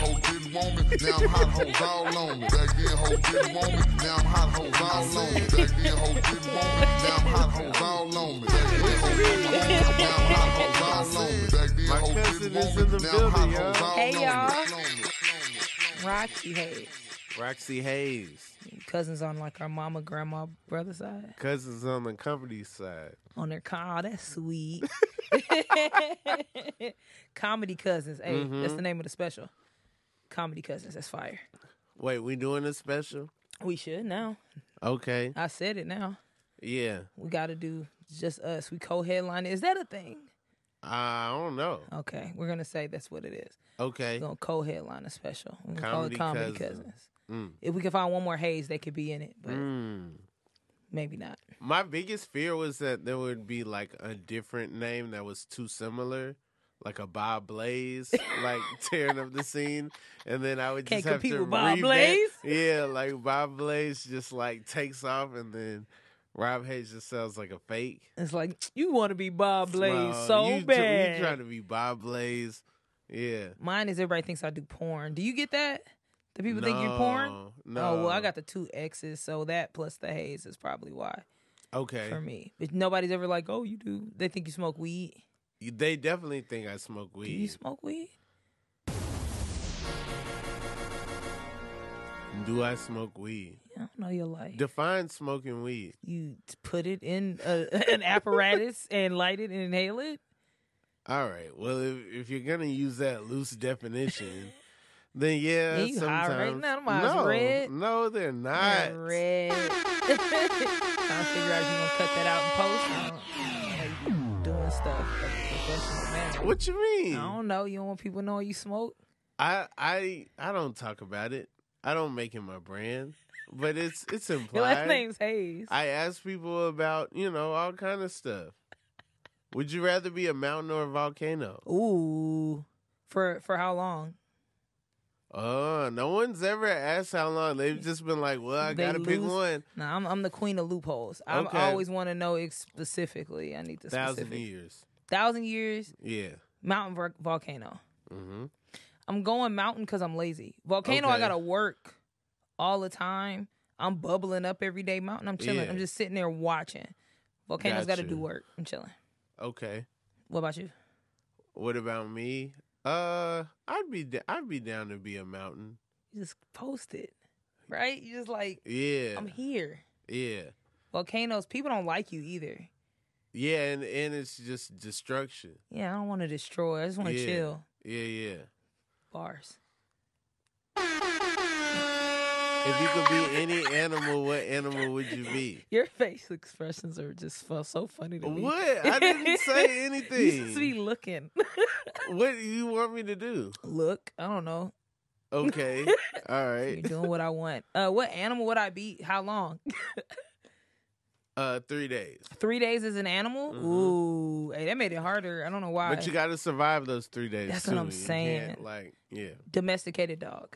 want me, now I'm hot hoes all on me. Back then hoes didn't want me, now I'm hot hoes all on me. Back then hoes didn't want me, now I'm hot hoes all on me. Back then hoes didn't want me, now I'm hot hoes all on me. Back then My hoes cousin didn't is want in the me, now I'm hot building, hoes y'all. all Hey, on me. On y'all. me. Roxy Hayes. Roxy Hayes. Cousins on like our mama, grandma, brother side. Cousins on the company side. On their car. Oh, that's sweet. Comedy Cousins. Hey, Mm-hmm. that's the name of the special. Comedy Cousins. That's fire. Wait, we doing a special? We should now. Okay. I said it now. Yeah. We got to do just us. We co headline. Is that a thing? I don't know. Okay, we're going to say that's what it is. Okay. We're going to co headline a special. We're going to call it Comedy Comedy Cousins. Mm. Cousins. If we can find one more Hayes, they could be in it, but Hmm. maybe not. My biggest fear was that there would be like a different name that was too similar, like a Bob Blaze, like tearing up the scene, and then I would Can't just have compete to with Bob revamp- Blaze? Yeah, like Bob Blaze just like takes off, and then Rob Hayes just sounds like a fake. It's like, you want to be Bob Blaze Well, so you, tr- bad. You trying to be Bob Blaze? Yeah. Mine is everybody thinks I do porn. Do you get that? Do people think you're porn? No, No. Oh, well, I got the two X's, so that plus the haze is probably why okay. for me. But nobody's ever like, oh, you do. They think you smoke weed. You- They definitely think I smoke weed. Do you smoke weed? Do I smoke weed? I don't know your life. Define smoking weed. you t- put it in a, an apparatus and light it and inhale it. All right. Well, if, if you're gonna use that loose definition, then yeah, Yeah, you high sometimes. right now. Them eyes no, red. no, they're Yeah, not. Red. Trying to figure out if you gonna cut that out and post. I don't know. You Doing stuff. in a professional manner. What you mean? I don't know. You don't want people knowing you smoke. I I I don't talk about it. I don't make it my brand, but it's it's implied. Your last name's Hayes. I ask people about you know all kind of stuff. Would you rather be a mountain or a volcano? Ooh. For for how long? Oh, no one's ever asked how long. They've just been like, "Well, I They gotta pick lose- one." No, I'm I'm the queen of loopholes. I'm- Okay. I always want to know ex- specifically. I need the Thousand specific. years. Thousand years, Yeah. mountain vor- volcano. Mm-hmm. I'm going mountain because I'm lazy. Volcano, I Okay. gotta work all the time. I'm bubbling up every day. Mountain, I'm chilling. Yeah. I'm just sitting there watching. Volcano's got to Gotcha. do work. I'm chilling. Okay. What about you? What about me? Uh, I'd be da- I'd be down to be a mountain. You just post it, right? You just like Yeah, I'm here. yeah, Volcanoes, people don't like you either. yeah, and and it's just destruction. Yeah, I don't want to destroy. I just want to Yeah. chill. Yeah, yeah. Bars. If you could be any animal, what animal would you be? Your face expressions are just fu- so funny to me. What? I didn't say anything. You just be looking. What do you want me to do? Look, I don't know. Okay, all You're right. doing what I want. Uh, what animal would I be? How long? Uh, three days, Three days as an animal? Mhm. Ooh, hey, that made it harder. I don't know why. but you got to survive those three days. That's what too. I'm You can't, saying. Like, yeah, Domesticated dog.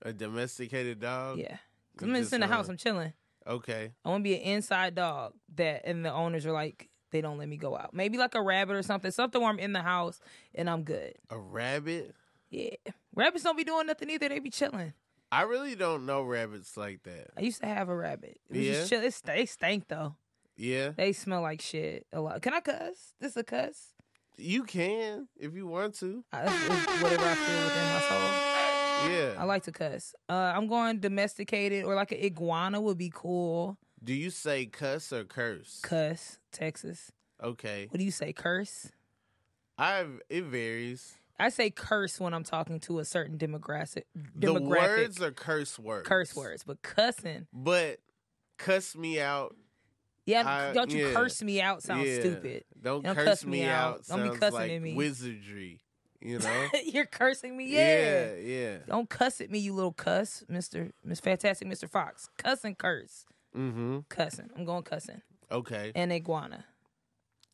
a domesticated dog. Yeah, You I'm just just uh, in the wanna- house. I'm chilling. Okay. I want to be an inside dog that, and the owners are like, they don't let me go out. Maybe like a rabbit or something. Something where I'm in the house and I'm good. A rabbit. Yeah, rabbits don't be doing nothing either. They be chilling. I really don't know rabbits like that. I used to have a rabbit. It was just Yeah? chill. It st- they stank though. Yeah. They smell like shit a lot. Can I cuss? This a cuss? You can if you want to. I, it's- it's whatever I feel within my soul. Yeah. I like to cuss. Uh, I'm going domesticated or like an iguana would be cool. Do you say cuss or curse? Cuss, Texas. Okay. What do you say? Curse? I it varies. I say curse when I'm talking to a certain demographic. The demographic words are curse words. curse words, but cussing. But cuss me out. Yeah, I- don't you yeah. curse me out? Sounds yeah. stupid. Don't, Don't curse, me out. Don't be sounds cussing like at me. Wizardry. You know? You're cursing me. Yeah. Yeah. yeah. Don't cuss at me, you little cuss, Mister, Miss Fantastic, Mister Fox. Cuss and curse, Mm-hmm. cussing. I'm going cussing Okay. and iguana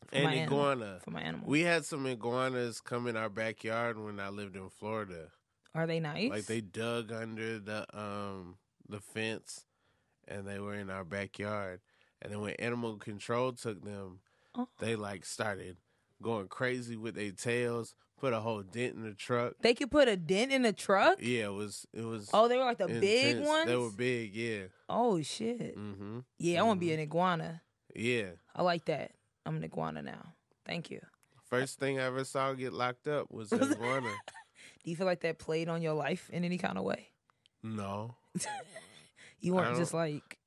for And my animal. iguana. for my animal. We had some iguanas come in our backyard when I lived in Florida. Are they nice? Like they dug under the um the fence and they were in our backyard. And then when animal control took them, Oh. they like started going crazy with their tails, put a whole dent in the truck. They could put a dent in the truck. Yeah, it was it was. Oh, they were like the big intense. ones. They were big. Yeah. Oh shit. Mm-hmm. Yeah, I want to be an iguana. Yeah. I like that. I'm an iguana now. Thank you. First thing I ever saw get locked up was an iguana. Do you feel like that played on your life in any kind of way? No, You I weren't don't- just like.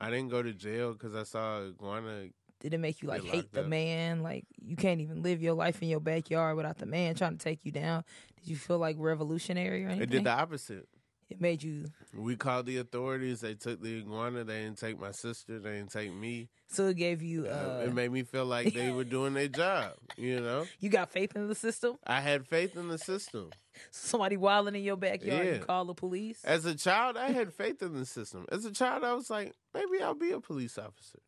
I didn't go to jail because I saw an iguana. Did it make you like Get hate locked the up. man? Like you can't even live your life in your backyard without the man trying to take you down. Did you feel like revolutionary or anything? It did the opposite. It made you. We called the authorities. They took the iguana. They didn't take my sister. They didn't take me. So it gave you. Uh, Uh, it made me feel like they were doing their job. You know, you got faith in the system. I had faith in the system. Somebody wilding in your backyard. You Yeah. call the police. As a child, I had faith in the system. As a child, I was like, maybe I'll be a police officer.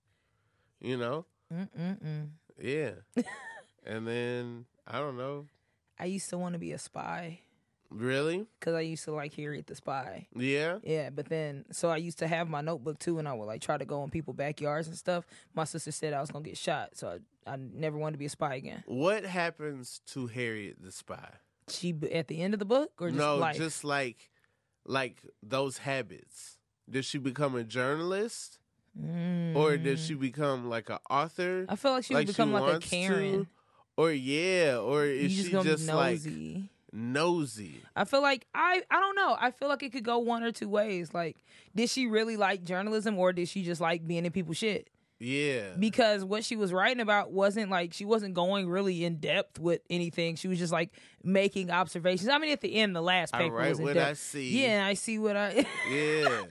You know, Mm-mm-mm. yeah. and then I don't know. I used to want to be a spy Really? because I used to like Harriet the Spy. Yeah. Yeah, but then so I used to have my notebook too, and I would like try to go in people's backyards and stuff. My sister said I was gonna get shot, so I, I never wanted to be a spy again. What happens to Harriet the spy? She b- at the end of the book or just no, life? just like like those habits. Does she become a journalist or does she become like an author? Mm. Mm-hmm. I feel like she would like become like a wants to? Karen. Or yeah, or You is just she gonna just be like nosy. nosy? I feel like I I don't know. I feel like it could go one or two ways. Like, did she really like journalism or did she just like being in people's shit? Yeah. because what she was writing about wasn't like she wasn't going really in depth with anything. She was just like making observations. I mean, at the end, the last I paper write was in what depth. I see. Yeah, I see what I. Yeah.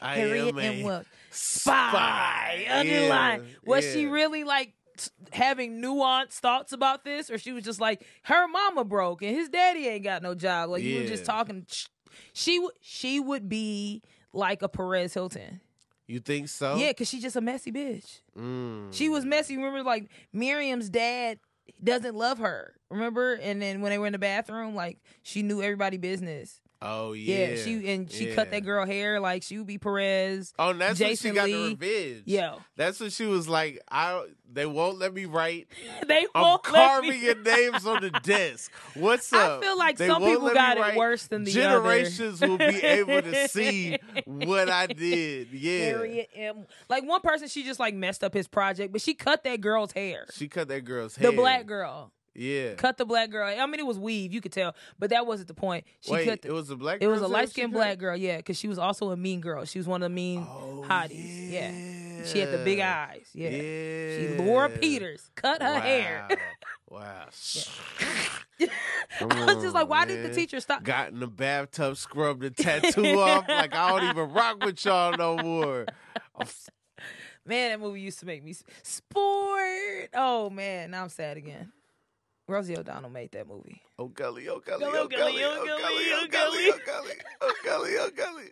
I Harriet am M. a Wells. spy. Underline. Yeah, Was she yeah. really like t- having nuanced thoughts about this, or she was just like her mama broke and his daddy ain't got no job? Like you were just Yeah. talking. sh- She w- she would be like a Perez Hilton. You think so? Yeah, because she's just a messy bitch. Mm. She was messy. Remember, like Miriam's dad doesn't love her. Remember, and then when they were in the bathroom, like she knew everybody business. Oh Yeah, yeah. she and she cut yeah. that girl hair like she would be Perez. Oh, and that's Jason when she got Lee. the revenge. Yo, That's when she was like, I they won't let me write. they I'm won't let carving me. your names on the desk. What's I up? feel like They some won't people let me got it write. worse than the Generations will be able to see what I did. Yeah. Harriet M. Like one person, she just like messed up his project, but she cut that girl's hair. She cut that girl's hair. The black girl Yeah. cut the black girl. I mean, it was weave. You could tell, but that wasn't the point. She Wait, cut the, it was a black It was girl's a hair light she skinned cut? Oh, black girl, yeah, because she was also a mean girl. She was one of the mean hotties. Yeah. She had the big yeah. eyes. Yeah. Yeah. She Laura Peters cut her hair. Wow. I was just like, why did the teacher stop? Got in the bathtub, scrubbed the tattoo off. Like, I don't even rock with y'all no more. Man, that movie used to make me s- sport. Oh man, now I'm sad again. Rosie O'Donnell made that movie. Oh, gully, oh, gully, Gully, oh, gully, oh, gully, oh, gully, oh, gully, oh, gully, oh, gully.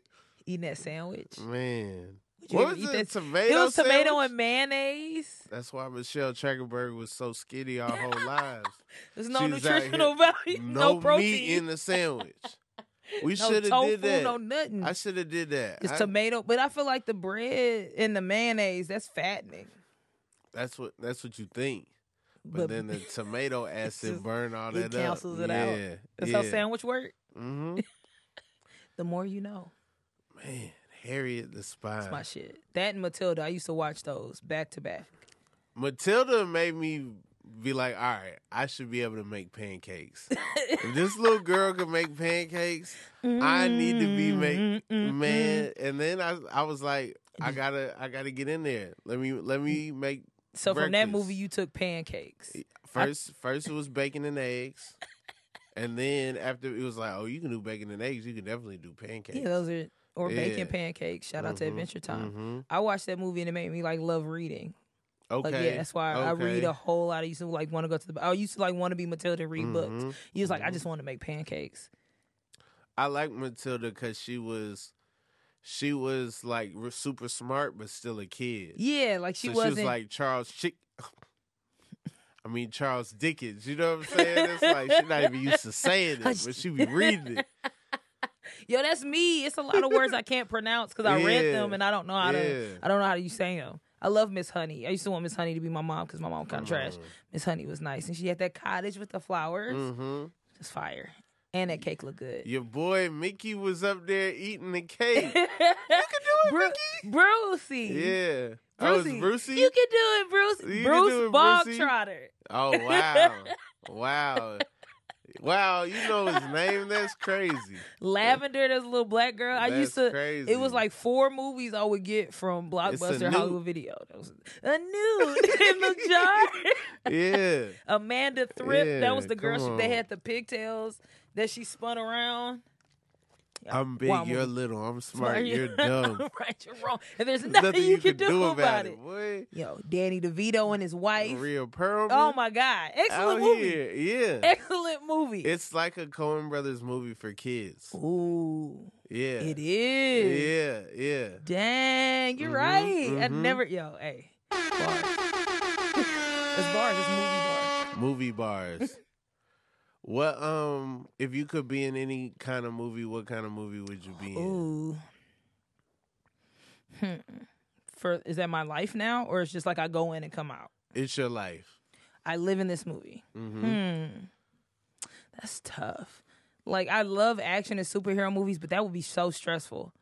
Eating that sandwich. Man. Would you Mm. What ever was eat it? that- Tomato it was tomato sandwich? and mayonnaise. That's why Michelle Trachtenberg was so skinny our whole lives. There's no She's out nutritional here. value, No, no, protein, meat in the sandwich. We no should have tofu, did that. no nothing. I should have did that. It's I- tomato, but I feel like the bread and the mayonnaise that's fattening. that's what that's what you think. But, But- then the tomato acid just- burn all it that up. cancels it yeah, out. That's yeah. how sandwich work. Mm-hmm. The more you know, Man, Harriet the Spy. my shit. That and Matilda, I used to watch those back to back. Matilda made me be like, all right, I should be able to make pancakes. if this little girl can make pancakes, I need to be make Mm-hmm. man. And then I I was like, I gotta I gotta get in there. Let me let me make So from that breakfast. movie, you took pancakes. first first it was bacon and eggs. And then after it was like, oh, you can do bacon and eggs. You can definitely do pancakes. Yeah, those are or Yeah. bacon pancakes. Shout out to Mhm, Adventure Time. mhm. I watched that movie and it made me like love reading. Okay. Like yeah, that's why I read a whole lot. I used to like want to go to the. I used to like want to be Matilda and read Mhm, books. You was like, I just want to make pancakes. I like Matilda because she was, she was like re- super smart but still a kid. Yeah, like she so wasn't. she was like Charles Chick. I mean Charles Dickens. You know what I'm saying? It's like she not even used to saying it, but she be reading it. Yo, that's me. It's a lot of words I can't pronounce because I read Yeah. them and I don't know how to. Yeah. I don't know how to you say them. I love Miss Honey. I used to want Miss Honey to be my mom because my mom Uh-huh. kind of trash. Miss Honey was nice, and she had that cottage with the flowers. hmm It's fire, and that cake looked good. Your boy Mickey was up there eating the cake. yeah. Bru- Brucey. Oh, it's Brucey. Brucey? You can do it, Bruce. You can Bruce do it, Brucey. Bogtrotter. Oh wow. wow. Wow, you know his name? That's crazy. Lavender, there's a little black girl. I used That's to. crazy. It was like four movies I would get from Blockbuster nude. Hollywood Video. That was a nude in the jar. Yeah. Amanda Thrift. that was Yeah, the girl come she, that on. had the pigtails that she spun around. I'm big, Wow, you're movie. little. I'm smart, Sorry. you're dumb. right, you're wrong. And there's There's nothing, you can, do, about, it. boy. Yo, Danny DeVito and his wife. Real Pearl. Oh my God. Excellent out movie. here. Yeah. Excellent movie. It's like a Coen Brothers movie for kids. Ooh. Yeah. It is. Yeah, yeah. Dang, you're Mhm, right. I mhm. never yo, hey. Bars. it's bars, it's movie bars. Movie bars. what um if you could be in any kind of movie, what kind of movie would you be in? Ooh. Hmm. For is that my life now? Or it's just like I go in and come out? It's your life. I live in this movie. Mm-hmm. Hmm. That's tough. Like I love action and superhero movies, but that would be so stressful.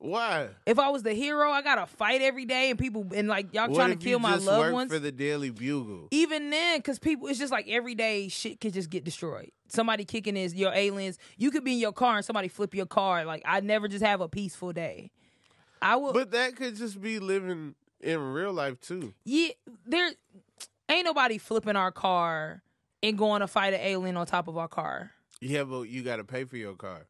Why? If I was the hero, I gotta fight every day, and people and like y'all what trying to if kill you my just loved work ones. for the Daily Bugle? even then, because people, it's just like every day shit could just get destroyed. Somebody kicking is your aliens. You could be in your car and somebody flip your car. Like I never just have a peaceful day. I will. But that could just be living in real life too. yeah, there ain't nobody flipping our car and going to fight an alien on top of our car. Yeah, but you got to pay for your car.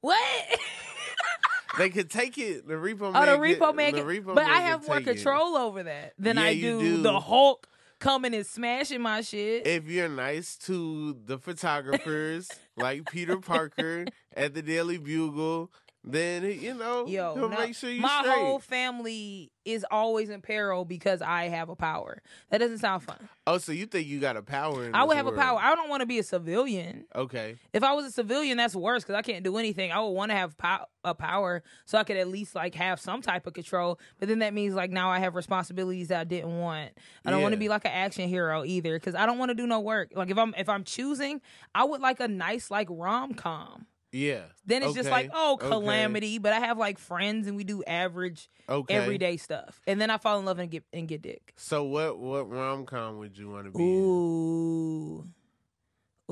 What? They could take it. The repo oh, man. the could- repo man. The can- repo but man I could have more take it. control over that than Yeah, I you do, do. the Hulk coming and smashing my shit. If you're nice to the photographers, like Peter Parker at the Daily Bugle, then you know Yo, he'll no. make sure you my straight. whole family is always in peril because I have a power. That doesn't sound fun. oh, so you think you got a power? In I would this have world. a power. I don't want to be a civilian. Okay, If I was a civilian, that's worse because I can't do anything. I would want to have pow- a power so I could at least like have some type of control. But then that means like now I have responsibilities that I didn't want. I don't want to Yeah. be like an action hero either because I don't want to do no work. Like if I'm if I'm choosing, I would like a nice like rom com. yeah. Then it's just like Okay. oh Okay. calamity. But I have like friends and we do average Okay. everyday stuff, and then I fall in love and get and get dick. So what? What rom com would you want to be? in?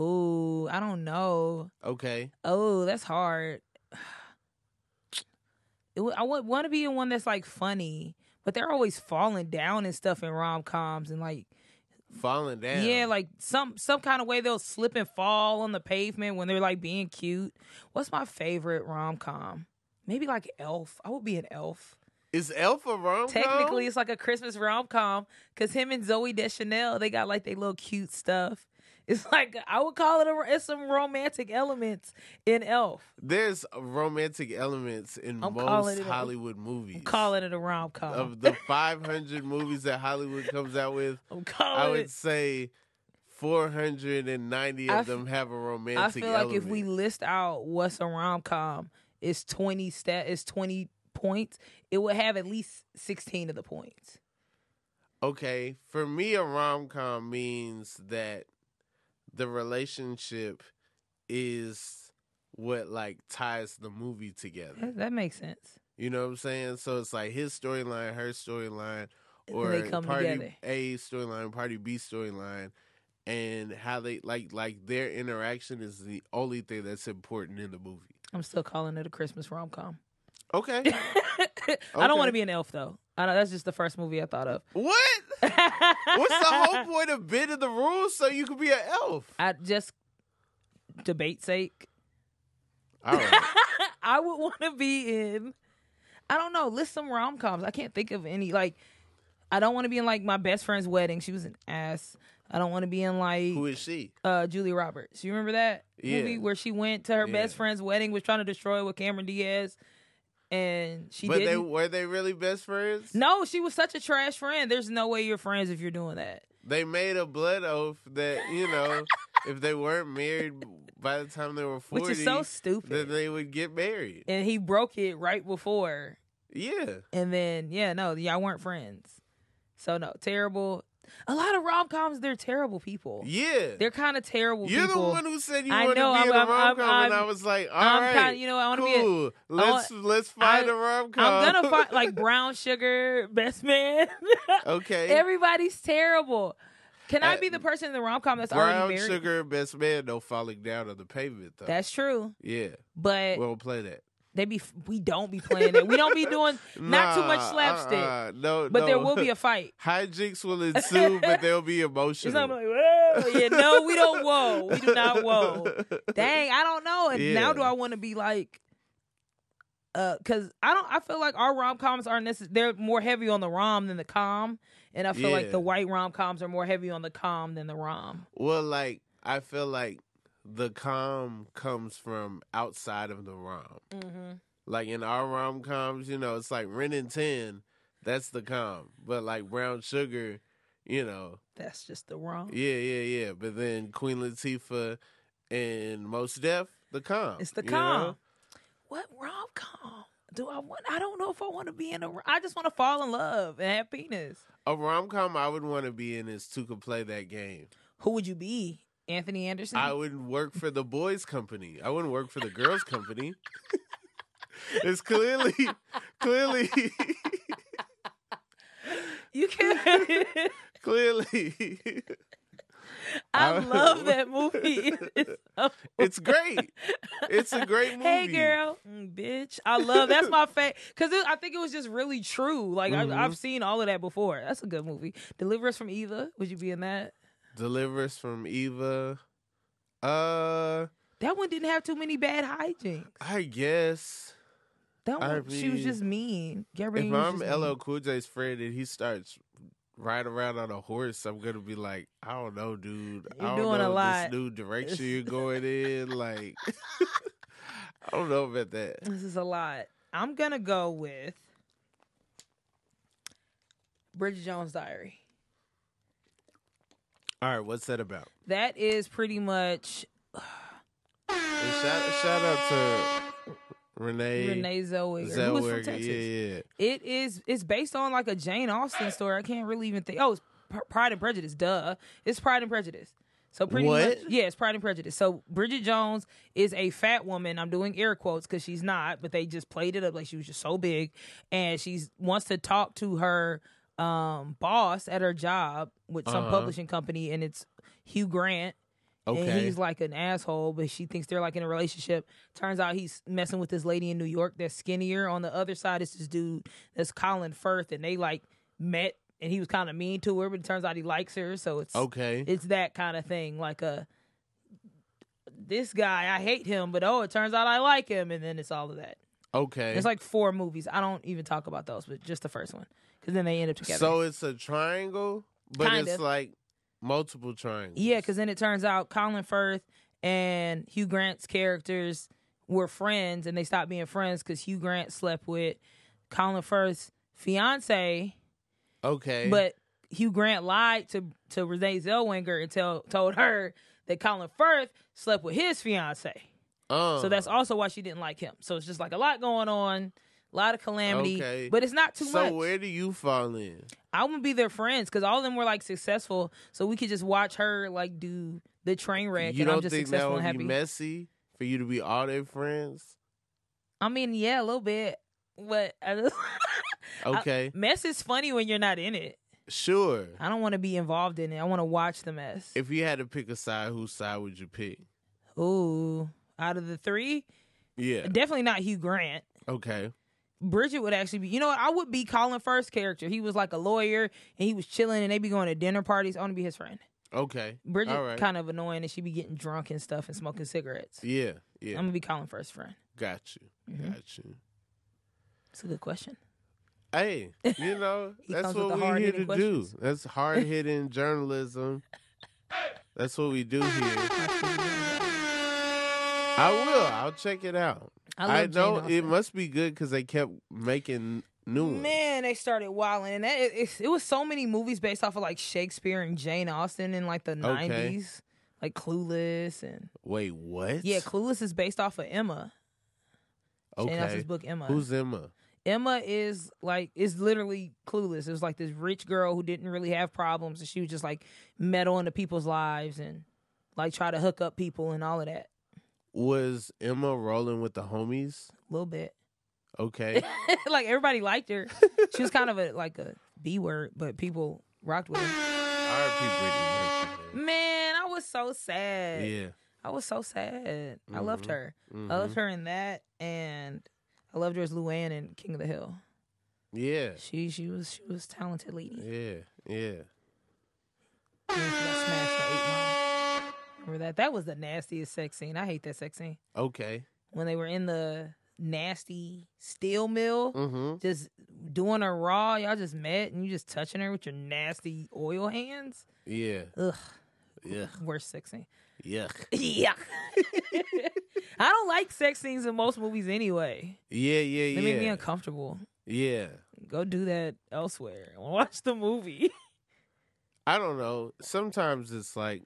Ooh, ooh, I don't know. Okay. Oh, that's hard. It, wa- I would want to be in one that's like funny, but they're always falling down and stuff in rom coms and like Falling down. yeah, like some some kind of way they'll slip and fall on the pavement when they're like being cute. What's my favorite rom com? Maybe like Elf. I would be an elf. is Elf a rom com? Technically, it's like a Christmas rom com because him and Zoe Deschanel they got like they little cute stuff. It's like I would call it a, it's some romantic elements in Elf. There's romantic elements in I'm calling most it a- Hollywood movies. I'm calling it a rom com. of the 500 movies that Hollywood comes out with, I'm I calling would Oh, it. say 490 I of f- them have a romantic. I feel like if we element. list out what's a rom com, it's twenty stat, it's twenty points. It would have at least sixteen of the points. okay, for me, a rom com means that the relationship is what like ties the movie together. That, that makes sense. You know what I'm saying? So it's like his storyline, her storyline, And or they come party together. A storyline, party B storyline, and how they like like their interaction is the only thing that's important in the movie. I'm still calling it a Christmas rom com. Okay, I don't want Okay. to be an elf though. I know that's just the first movie I thought of. what? What's the whole point of bending the rules so you can be an elf? I just debate sake. All right, I would want to be in. I don't know. List some rom coms. I can't think of any. Like, I don't want to be in like my best friend's wedding. She was an ass. I don't want to be in who like is she? uh, Julie Roberts. You remember that Yeah. movie where she went to her best Yeah. friend's wedding, was trying to destroy it with Cameron Diaz, and she but they didn't. were they really best friends? no, she was such a trash friend. There's no way you're friends if you're doing that. They made a blood oath that you know if they weren't married by the time they were forty, Which is so then stupid. they would get married. and he broke it right before Yeah. And then yeah, no, y'all weren't friends. So no, terrible. A lot of rom coms, they're terrible people. Yeah. They're kind of terrible. You're people. the one who said you I wanted know, to be I'm- in a I'm- I'm- rom com, and I I'm- was like, all I'm right, kinda- you know, I wanna be a- cool. let's let's find I- a rom com. I'm gonna fight like brown sugar, best man. okay. Everybody's terrible. Can I Uh, be the person in the rom com that's Brown already married? sugar, best man, no falling down on the pavement though. That's true, yeah, but we won't play that. they be we don't be playing it. We don't be doing not too much Nah, slapstick, uh-uh, no, but there no. will be a fight. hijinks will ensue, but they'll be It's emotional. not like whoa, yeah, no, we don't whoa, we do not whoa. Dang, I don't know. And now Yeah. do I want to be like, uh, cause I don't. I feel like our rom coms aren't necessarily they're more heavy on the rom than the com, and I feel like Yeah. the white rom coms are more heavy on the com than the rom. Well, like I feel like the calm comes from outside of the rom. Mm-hmm. Like in our rom coms, you know, it's like Ren and Ten, that's the calm. But like Brown Sugar, you know, That's just the rom. yeah, yeah, yeah. But then Queen Latifah and Most Def, the calm. It's the you know? com. What rom com? Do I want? I don't know if I want to be in a. rom- I just want to fall in love and have penis. A rom com I would want to be in is two could play that game. Who would you be, Anthony Anderson? I wouldn't work for the boys' company. I wouldn't work for the girls' company. it's clearly, clearly, you can. clearly. I I- love that movie. It's so- It's great. It's a great movie. Hey girl, Mm, bitch! I love that's my favorite because I think it was just really true. Like Mhm. I, I've seen all of that before. That's a good movie. Deliver Us from Eva. Would you be in that? Deliver us from Eva. Uh, That one didn't have too many bad hijinks. I guess That one, I she was mean, just mean. Gabrielle if was I'm just LL mean. Cool J's friend and he starts riding around on a horse, I'm gonna be like, I don't know, dude. I You're don't doing a know lot. this new direction you're going in. Like, I don't know about that. this is a lot. I'm gonna go with Bridget Jones' Diary. All right, what's that about? That is pretty much And shout, shout out to Renee, Renee Zellweger, who was from Zellweger. Texas. Yeah, yeah. It is. It's based on like a Jane Austen story. I can't really even think. Oh, it's P- Pride and Prejudice. Duh. It's Pride and Prejudice. So pretty What? much, yeah, it's Pride and Prejudice. So Bridget Jones is a fat woman. I'm doing air quotes because she's not, but they just played it up like she was just so big, and she's wants to talk to her um boss at her job with some Uh-huh. publishing company, and it's Hugh Grant. And Okay. he's like an asshole, but she thinks they're like in a relationship. Turns out he's messing with this lady in New York that's skinnier. On the other side is this dude that's Colin Firth, and they like met, and he was kind of mean to her, but it turns out he likes her. So it's okay. it's that kind of thing, like a this guy I hate him, but oh, it turns out I like him, and then it's all of that. okay. It's like four movies. I don't even talk about those, but just the first one, because then they end up together. so it's a triangle, but Kind it's of. like multiple triangles. Yeah, because then it turns out Colin Firth and Hugh Grant's characters were friends, and they stopped being friends because Hugh Grant slept with Colin Firth's fiance, okay. but Hugh Grant lied to to Renee Zellweger and tell told her that Colin Firth slept with his fiance. uh, So that's also why she didn't like him. So it's just like a lot going on, a lot of calamity, Okay. but it's not too so much. where do you fall in? I want to be their friends because all of them were like successful, so we could just watch her like do the train wreck, you and don't I'm just think that successful would and happy. be messy for you to be all their friends? I mean, yeah, a little bit, but I just- Okay, mess is funny when you're not in it. sure. I don't want to be involved in it. I want to watch the mess. If you had to pick a side, whose side would you pick? Ooh, out of the three, Yeah. definitely not Hugh Grant. Okay. Bridget would actually be, you know what? I would be Colin Firth's character. He was like a lawyer and he was chilling and they'd be going to dinner parties. I want to be his friend. Okay. Bridget All right. kind of annoying and she'd be getting drunk and stuff and smoking cigarettes. yeah. Yeah. I'm gonna be Colin Firth's friend. got you. Mhm. Got you. It's a good question. Hey, you know, He that's comes with what we're the here hard-hitting to questions. do. That's hard hitting journalism. That's what we do here. I will. I'll check it out. I, love I, Jane know it Austen. must be good because they kept making new ones. Man, they started wilding, and that, it, it's- it was so many movies based off of like Shakespeare and Jane Austen in like the nineties, like Clueless and Wait, what? yeah, Clueless is based off of Emma. Jane okay. Austen's book Emma. Who's Emma? Emma is like is literally clueless. It was like this rich girl who didn't really have problems, and she was just like meddle into people's lives and like try to hook up people and all of that. Was Emma rolling with the homies? A little bit, Okay. like everybody liked her. She was kind of a like a b word, but people rocked with her. R.I.P. Britney. Man, I was so sad. Spears. Yeah. I was so sad. I loved Mhm. her. Mhm. I loved her in that, and I loved her as Luann in King of the Hill. Yeah. She she was she was a talented lady. Yeah. Yeah. And she got smashed by Eight Mile. Remember that? That was the nastiest sex scene. I hate that sex scene Okay. when they were in the nasty steel mill. Mm-hmm. Just doing her raw, y'all just met and you just touching her with your nasty oil hands. Yeah. Ugg, Yuck. worst sex scene. Yuck. Yuck. I don't like sex scenes in most movies anyway. Yeah. Yeah. They make me Yeah. uncomfortable. Yeah. Go do that elsewhere. Watch the movie. I don't know. Sometimes it's like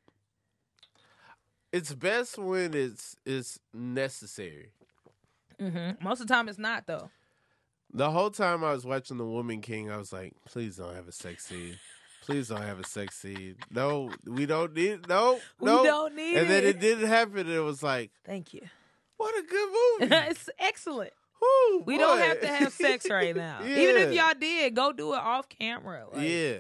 it's best when it's it's necessary. Mm-hmm. Most of the time, it's not though. The whole time I was watching The Woman King, I was like, please don't have a sex scene. Please don't have a sex scene. No, we don't need no, no. We don't need and then it. it didn't happen. and It was like, Thank you. what a good movie. it's excellent. Whew, We don't boy. have to have sex right now. Even if Yeah. y'all did, go do it off camera. Like, yeah,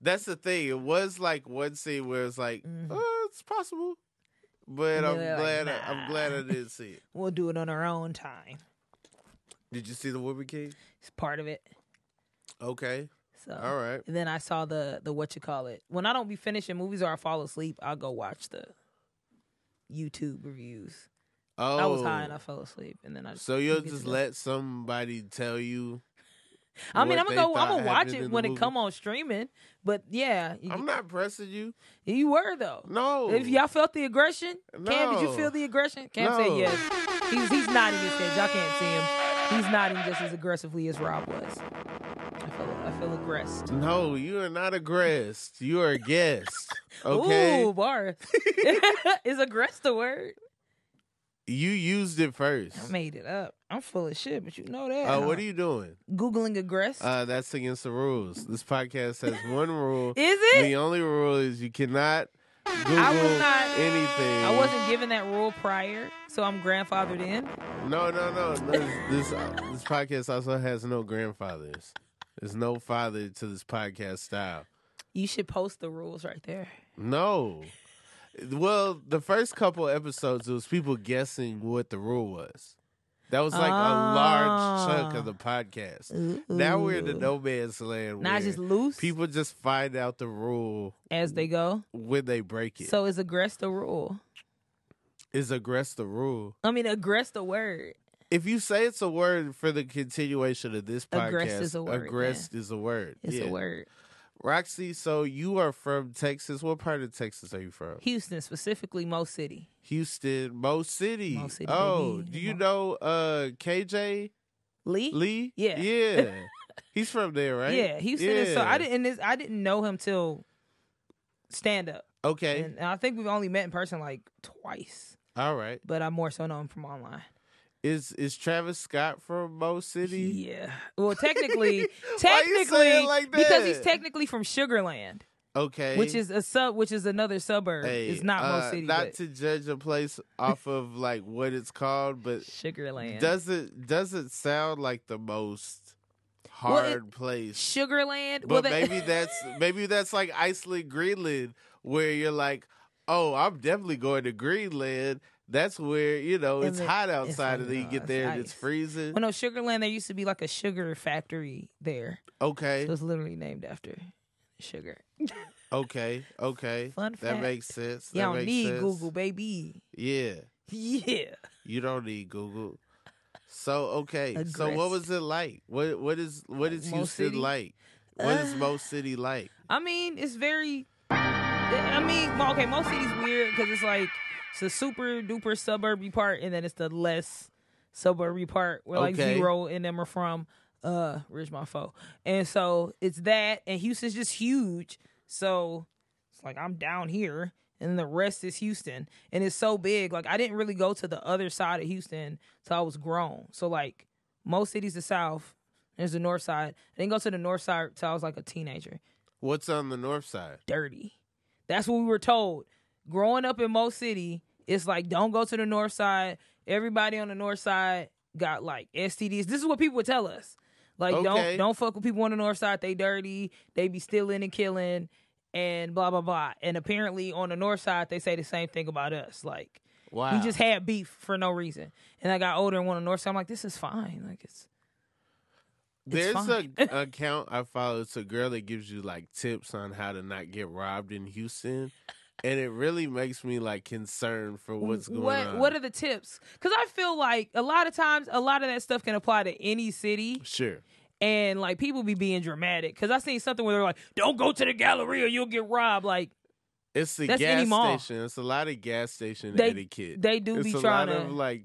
that's the thing. It was like one scene where it's like, Mhm. "Oh, it's possible, but And I'm they're like, glad I, nah. I'm glad I didn't see it. We'll do it on our own time. Did you see The Woman King? It's part of it. Oh. Okay, So. all right. And then I saw the the what you call it. When I don't be finishing movies or I fall asleep, I'll go watch the YouTube reviews. Oh, I was high and I fell asleep, and then I. Just So you'll didn't get just to go. let somebody tell you. I what mean, I'm gonna they go. I'm thought gonna watch happened it in when the it movie. come on streaming. But yeah, you, I'm not pressing you. you were though. No. If y'all felt the aggression, Cam, did you No. feel the aggression? Cam said No. yes. He's he's nodding his head. Y'all can't see him. He's nodding just as aggressively as Rob was. I feel I feel aggressed. No, you are not a guest. You are a guest. Okay. Ooh, bar. Is aggressed a word? You used it first. I made it up. I'm full of shit, but you know that. Uh, what huh? are you doing? Googling aggressed? Uh, that's against the rules. This podcast has one rule. Is the it? only rule is you cannot Google not- anything. I wasn't given that rule prior, so I'm grandfathered in. No, no, no. This this, uh, this podcast also has no grandfathers. There's no father to this podcast style. You should post the rules right there. No. Well, the first couple episodes, it was people guessing what the rule was. That was like a large chunk of the podcast. Now we're in the Ooh. no man's land. Now Where it's just loose people just find out the rule as they go. when they break it. So is aggressed a rule? is aggress the rule? I mean, aggressed a word. If you say it's a word for the continuation of this podcast, Aggress is a word, Aggress is a word. It's yeah. a word. Roxy, so you are from Texas. What part of Texas are you from? Houston, specifically Mo City. Houston, Mo City. Mo City, oh, baby. do you know uh KJ Lee? Lee? Yeah. Yeah. He's from there, right? Yeah, Houston is so Yeah. I didn't and this, I didn't know him till stand up. Okay. And, and I think we've only met in person like twice. All right. But I more so know him from online. Is is Travis Scott from Mo City? Yeah. Well, technically, Why you technically, say it like because he's that? technically from Sugarland, Okay. which is a sub, which is another suburb. Hey, it's not Mo uh, City, Not but to judge a place off of like what it's called, but Sugarland. doesn't doesn't sound like the most Well, it- hard place. Sugarland? But that- maybe that's maybe that's like Iceland, Greenland, where you're like, oh, I'm definitely going to Greenland. That's where you know And it's it- hot it's like, outside, and then you no, get it's there and it's ice. freezing. Well, no, Sugarland. There used to be like a sugar factory there. It Okay, was literally named after sugar. okay, okay. Fun That fact. makes sense. That Y'all makes need sense. Google, baby. Yeah, Yeah. you don't need Google. So okay, so what Aggressive. was it like? What what is what is Mo Houston City? like? What is Uh, Mo City like? I mean, it's very. I mean, well, okay, most cities weird because it's like it's the super duper suburby part, and then it's the less suburby part where like Okay. zero and them are from. Uh, where's my foe? And so it's that, and Houston's just huge. So it's like I'm down here, and the rest is Houston, and it's so big. Like I didn't really go to the other side of Houston till I was grown. So like most cities, the South, There's the north side. I didn't go to the north side till I was like a teenager. What's on the north side? Dirty. That's what we were told. Growing up in Mo City, it's like don't go to the north side. Everybody on the north side got like STDs. This is what people would tell us. Like Okay. don't don't fuck with people on the north side. They dirty. They be stealing and killing and blah blah blah. And apparently on the north side they say the same thing about us. Like Wow. we just had beef for no reason. And I got older and went on the north side. I'm like, this is fine. Like it's There's fine. a account I follow. It's a girl that gives you like tips on how to not get robbed in Houston, and it really makes me like concerned for what's going what on. what are the tips? Because I feel like a lot of times a lot of that stuff can apply to any city. sure. and like people be being dramatic because I seen something where they're like, "Don't go to the gallery or you'll get robbed." Like It's the That's any gas mall. station. It's a lot of gas station They- etiquette. they do it's be a trying lot to. of like,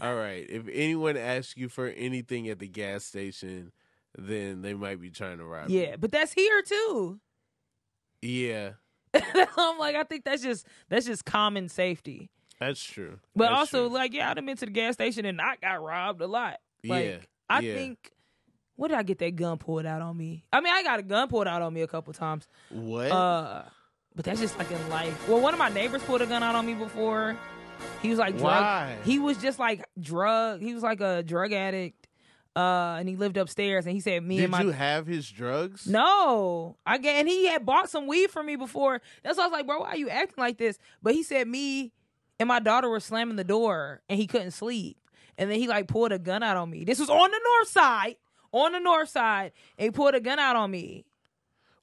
all right, if anyone asks you for anything at the gas station, then they might be trying to rob yeah, but that's here too. you. Yeah, I'm like, I think that's just that's just common safety. that's true. But That's also, true. like, yeah, I'd have been to the gas station and I got robbed a lot. Like, Yeah, I yeah. think. What did I get that gun pulled out on me? I mean, I got a gun pulled out on me a couple times. what? Uh, but that's just like in life. Well, one of my neighbors pulled a gun out on me before. He was like drug. Why? He was just like drug. He was like a drug addict. Uh, and he lived upstairs, and he said, "Me Did and my you have his drugs? no, I get." And he had bought some weed for me before. That's why I was like, "Bro, why are you acting like this?" But he said, "Me and my daughter were slamming the door, and he couldn't sleep. And then he like pulled a gun out on me. This was on the north side, on the north side, and he pulled a gun out on me.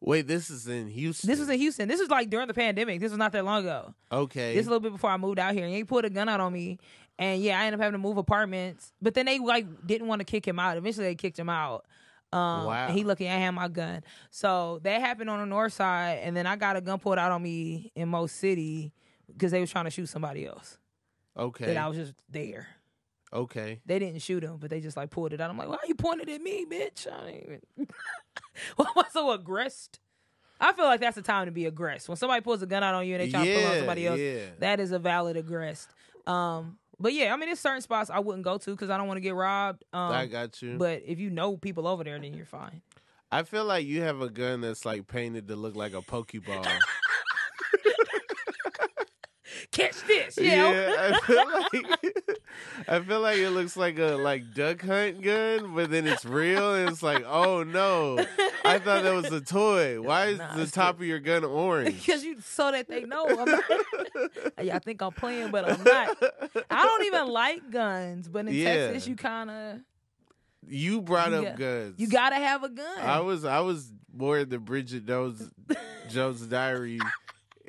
Wait, this is in Houston. This was in Houston. This was like during the pandemic. This was not that long ago. okay. This a little bit before I moved out here, and he pulled a gun out on me. And yeah, I ended up having to move apartments. But then they like didn't want to kick him out. Eventually, they kicked him out. Um, Wow. and he lucky I had my gun. So that happened on the north side, and then I got a gun pulled out on me in Mo City because they was trying to shoot somebody else. okay. That I was just there. okay. They didn't shoot him, but they just like pulled it out. I'm like, why you pointed at me, bitch? I ain't even. why am I so aggressed? I feel like that's the time to be aggressed. When somebody pulls a gun out on you and they try to pull it on Yeah, somebody else, yeah. that is a valid aggressed. Um, but yeah, I mean, there's certain spots I wouldn't go to because I don't want to get robbed. Um, I got you. But if you know people over there, then you're fine. I feel like you have a gun that's like painted to look like a pokeball. Catch this, yeah. yeah, I feel like I feel like it looks like a like duck hunt gun, but then it's real and it's like, oh no, I thought that was a toy. Why is Nah, the it's top of your gun orange? Because you so that they know. I'm not- Y'all think I'm playing, but I'm not. I don't even like guns, but in Yeah. Texas, you kind of You brought up Yeah. guns. you gotta have a gun. I was I was more in the Bridget Jones Jones Diary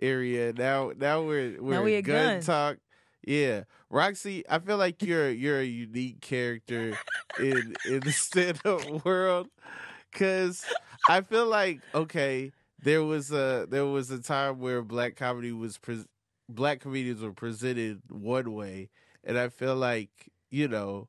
area. Now now we're we're we in at gun guns. talk. Yeah, Roxy, I feel like you're you're a unique character in in the stand up world because I feel like okay, there was a there was a time where black comedy was pres black comedians were presented one way, and I feel like you know.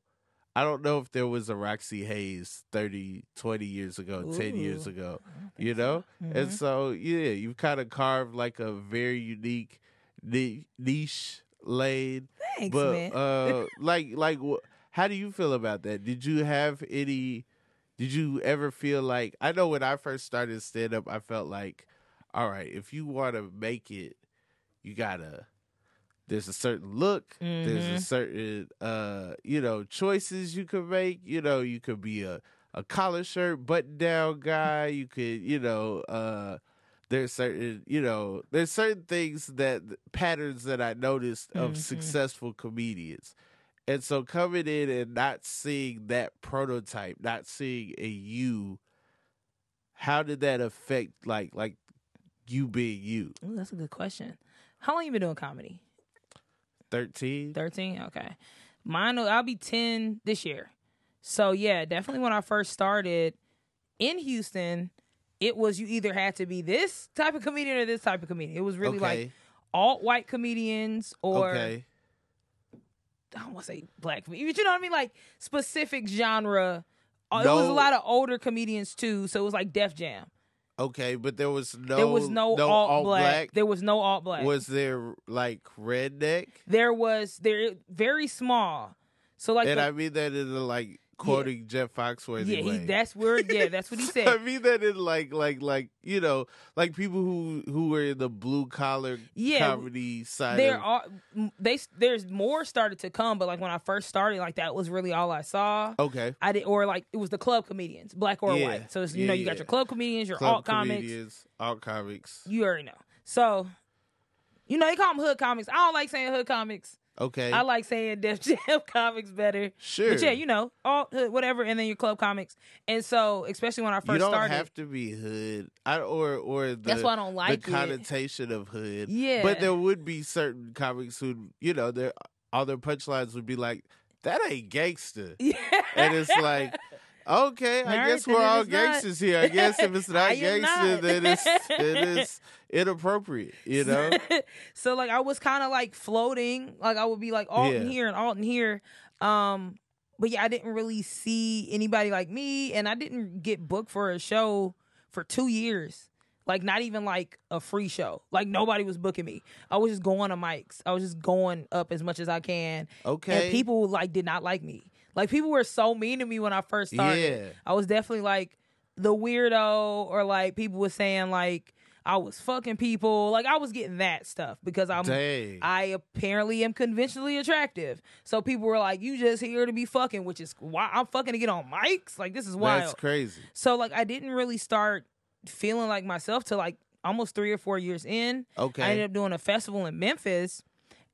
I don't know if there was a Roxy Hayes 30, 20 years ago, 10 years Ooh. ago, you know? Mm-hmm. And so, yeah, you've kind of carved like a very unique ni- niche lane. Thanks, but, man. uh, like, like, wh- how do you feel about that? Did you have any, did you ever feel like, I know when I first started stand up, I felt like, all right, if you want to make it, you gotta, there's a certain look, Mhm. there's a certain, uh, you know, choices you could make. You know, you could be a, a collar shirt button down guy. You could, you know, uh, there's certain, you know, there's certain things that patterns that I noticed of Mhm. successful comedians. And so coming in and not seeing that prototype, not seeing a you, how did that affect like like you being you? Ooh, that's a good question. How long you been doing comedy? Thirteen? Thirteen. Okay, mine. will- I'll be ten this year. So yeah, definitely when I first started in Houston, it was you either had to be this type of comedian or this type of comedian. It was really like Okay. alt white comedians or okay. I don't want to say black, but you know what I mean? Like specific genre. Uh, It was a No. lot of older comedians too, so it was like Def Jam. Okay, but there was no there was no, alt, black. There was no alt black. Was there like redneck? there was there very small. So like and the- I mean that in a like quoting Jeff Foxworthy. Yeah, he, way. that's where. Yeah, that's what he I said. mean that in like like like you know like people who who were in the blue collar Yeah, comedy side. There of- are they. There's more started to come, but like when I first started, like that was really all I saw. okay. I did, or like it was the club comedians, black or Oh. Yeah, white. So it's, you know, yeah, you got yeah. your club comedians, your Club alt comics. comedians, alt comics. You already know. So, you know, they call them hood comics. I don't like saying hood comics. Okay, I like saying Def Jam comics better. sure. But yeah, you know, all hood, whatever, and then your club comics. And so, especially when I first You don't started, have to be hood, I, or or the, that's why I don't like the it. connotation of hood. Yeah. but there would be certain comics who you know their all their punchlines would be like that ain't gangster, Yeah. and it's like. Okay, I Alright, guess then we're if all it's not- gangsters here. I guess if it's I not am gangster, not. then it's it is inappropriate, you know? so like I was kind of like floating, like I would be like Alton Yeah. here and Alton here. Um, but yeah, I didn't really see anybody like me, and I didn't get booked for a show for two years. Like not even like a free show. Like nobody was booking me. I was just going to mics. I was just going up as much as I can. Okay. And people like did not like me. Like people were so mean to me when I first started. Yeah. I was definitely like the weirdo or like people were saying like I was fucking people. Like I was getting that stuff because I'm Dang. I apparently am conventionally attractive. So people were like, You just here to be fucking, which is why I'm fucking to get on mics. Like this is wild. That's crazy. so like I didn't really start feeling like myself till like almost three or four years in. Okay. I ended up doing a festival in Memphis,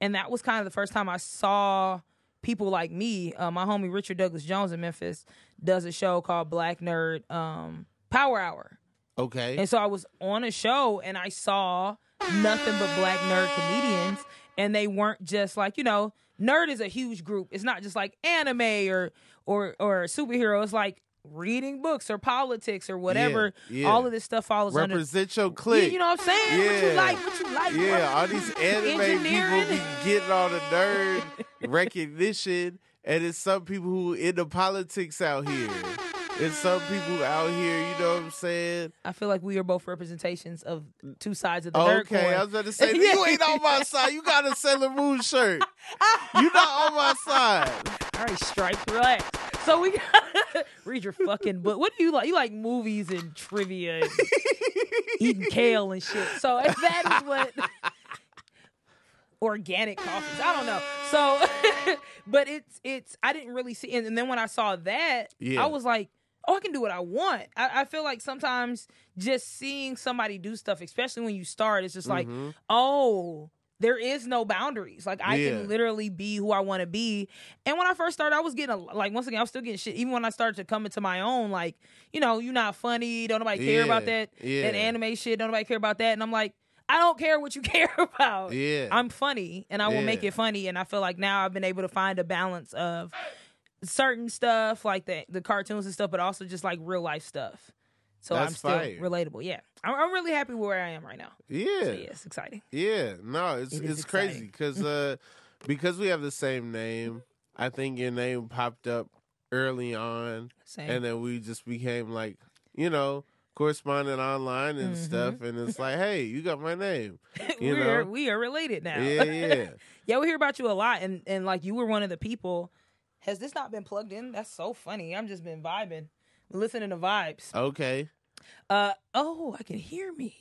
and that was kind of the first time I saw people like me. Uh, my homie Richard Douglas Jones in Memphis does a show called Black Nerd um, Power Hour, Okay. and so I was on a show and I saw nothing but black nerd comedians, and they weren't just like you know. Nerd is a huge group. It's not just like anime or or or superhero. It's like reading books or politics or whatever. yeah. All of this stuff follows under Represent your clique. yeah, you know what I'm saying? What Yeah. you like, what you like. Yeah, bro. all these anime people Engineering. be getting all the nerd recognition, and it's some people who into politics out here. It's some people out here, you know what I'm saying? I feel like we are both representations of two sides of the nerd Okay, coin. I was about to say, you ain't on my side. You got a Sailor Moon shirt. You not on my side. All right, strike, relax. So we got read your fucking book. What do you like? You like movies and trivia, and eating kale and shit. So if that is what organic coffees. I don't know. So, but it's it's. I didn't really see. And, and then when I saw that, Yeah. I was like. Oh, I can do what I want. I, I feel like sometimes just seeing somebody do stuff, especially when you start, it's just like, oh, there is no boundaries. Like I Yeah. can literally be who I want to be. And when I first started, I was getting a, like once again, I was still getting shit. Even when I started to come into my own, like you know, you're not funny. Don't nobody care Yeah, about that. yeah. That anime shit. Don't nobody care about that. And I'm like, I don't care what you care about. Yeah. I'm funny, and I will make Yeah. it funny. And I feel like now I've been able to find a balance of certain stuff, like the the cartoons and stuff, but also just like real life stuff. So That's I'm still fire. relatable. Yeah, I'm, I'm really happy where I am right now. So Yeah. yeah, it's exciting. Yeah, no, it's It is it's crazy because uh, because we have the same name. I think your name popped up early on, Same. and then we just became like you know corresponding online and stuff. And it's like, hey, you got my name. You Mm-hmm. we're know? we are related now. Yeah, yeah. Yeah, we hear about you a lot, and and like you were one of the people. Has this not been plugged in? That's so funny. I'm just been vibing, listening to vibes. Okay. Uh oh, I can hear me.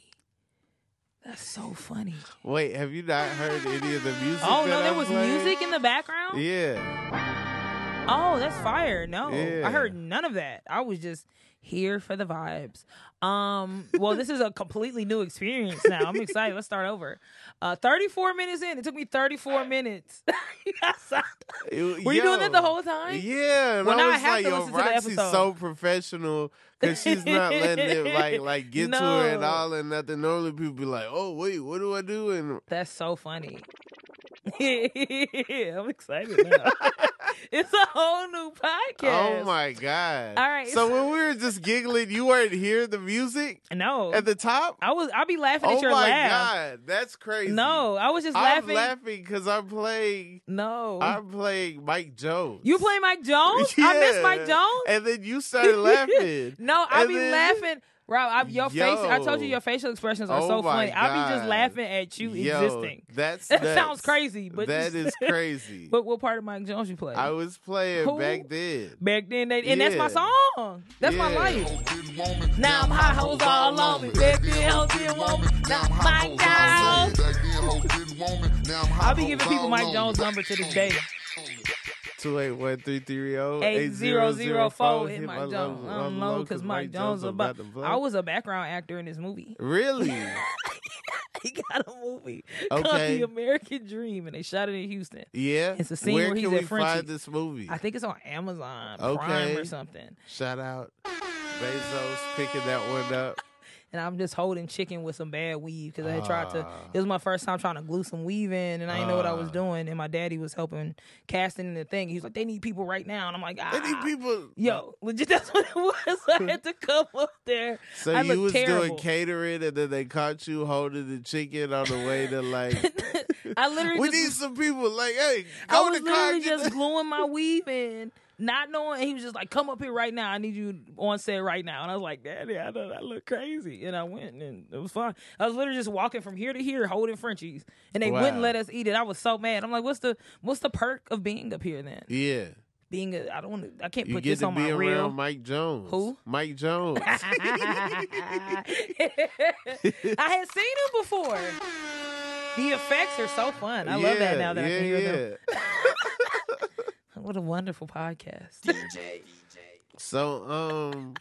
That's so funny. Wait, have you not heard any of the music? Oh no, that there I was played? music in the background. Yeah. Oh, that's fire. No, Yeah. I heard none of that. I was just here for the vibes. Um, well, this is a completely new experience now. I'm excited. Let's start over. Uh, 34 minutes in. It took me 34 minutes. You got sound- It- Were you doing yo. that the whole time? Yeah, and Well, I now I was have like, to yo, listen to the Roxy's episode. so professional because she's not letting it like like get to her at No. all and nothing. Normally people be like, oh wait, what do I do? And oh That's so funny. I'm excited now. it's a whole new podcast. oh my god! All right, So so- when we were just giggling, you weren't hearing the music No. at the top. I was I'll be laughing oh at your my laugh. god, that's crazy. No, I was just I'm laughing. laughing because I'm playing. No. I'm playing Mike Jones. you play Mike Jones? I miss Mike Yeah. Jones? And then you started laughing. no, I And be then- laughing. Rob, I, your face, I told you your facial expressions are Yo. so Oh my funny. I'll be just God. laughing at you Yo, existing. That's That nuts. sounds crazy, but that is crazy. But what part of Mike Jones you play? I was playing Who- back then. Back then, they, and that's my Yeah. song. That's my Yeah. life. Now I'm hot hoes all on me. Back then, hoes didn't want me. Now I'm Mike hot hoes all on me. Back then, hoes didn't want me. Now I'm hot I'll be hoes giving people all on Mike me. Jones' number to this day. 281-330-8004. 8004 Hit hit my Mike Jones. low, I'm Unload because Mike Jones about. I was a background actor in this movie. Really? He got a movie called Okay. The American Dream, and they shot it in Houston. Yeah. It's a scene Where where he's can at we Frenchie. find this movie? I think it's on Amazon Prime Okay. or something. Shout out Bezos picking that one up. And I'm just holding chicken with some bad weave because I had tried to. Ah. It was my first time trying to glue some weave in, and I didn't know what I was Ah. doing. And my daddy was helping casting in the thing. He was like, "They need people right now," and I'm like, "Ah." Any people? Yo, legit, that's what it was. I had to come up there. So I you look was terrible. doing catering, and then they caught you holding the chicken on the way to like. I literally we just, need some people. Like, hey, I go was to car. literally get just the- gluing my weave in, not knowing. And he was just like, "Come up here right now. I need you on set right now." And I was like, "Daddy, I, know I look crazy." And I went, and it was fine. I was literally just walking from here to here, holding Frenchies, and they wouldn't Wow. let us eat it. I was so mad. I'm like, "What's the what's the perk of being up here then? Yeah, Being a I don't want to. I can't you put get this to on be my around reel." Mike Jones. Who? Mike Jones. I had seen him before. The effects are so fun. I love that now that I can hear them. yeah. What a wonderful podcast. So, um,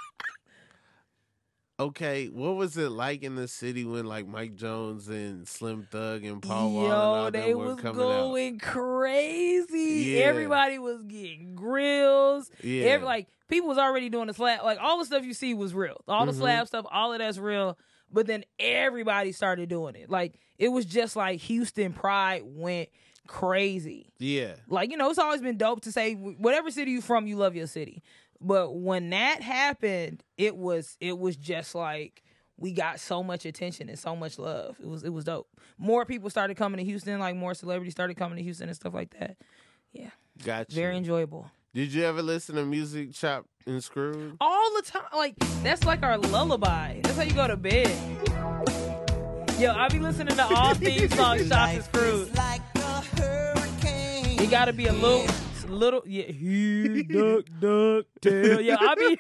okay, what was it like in the city when like Mike Jones and Slim Thug and Paul Wall and Yo, all they them were was coming going crazy. Yeah. Everybody was getting grills. out? Yeah, Every, like people was already doing the slap. Like all the stuff you see was real. All the Mhm. slap stuff, all of that's real. But then everybody started doing it. Like it was just like Houston Pride went crazy. yeah, Like you know, it's always been dope to say wh- whatever city you from, you love your city. But when that happened, it was it was just like we got so much attention and so much love. It was it was dope. More people started coming to Houston, like more celebrities started coming to Houston and stuff like that. gotcha. Very enjoyable. Did you ever listen to music chop and screw? All the time, like that's like our lullaby. That's how you go to bed. Yo, I be listening to all theme songs, Shots and Screws. Like a hurricane. It gotta be a little, little, yeah, here, duck, duck, tail. Yeah, I be,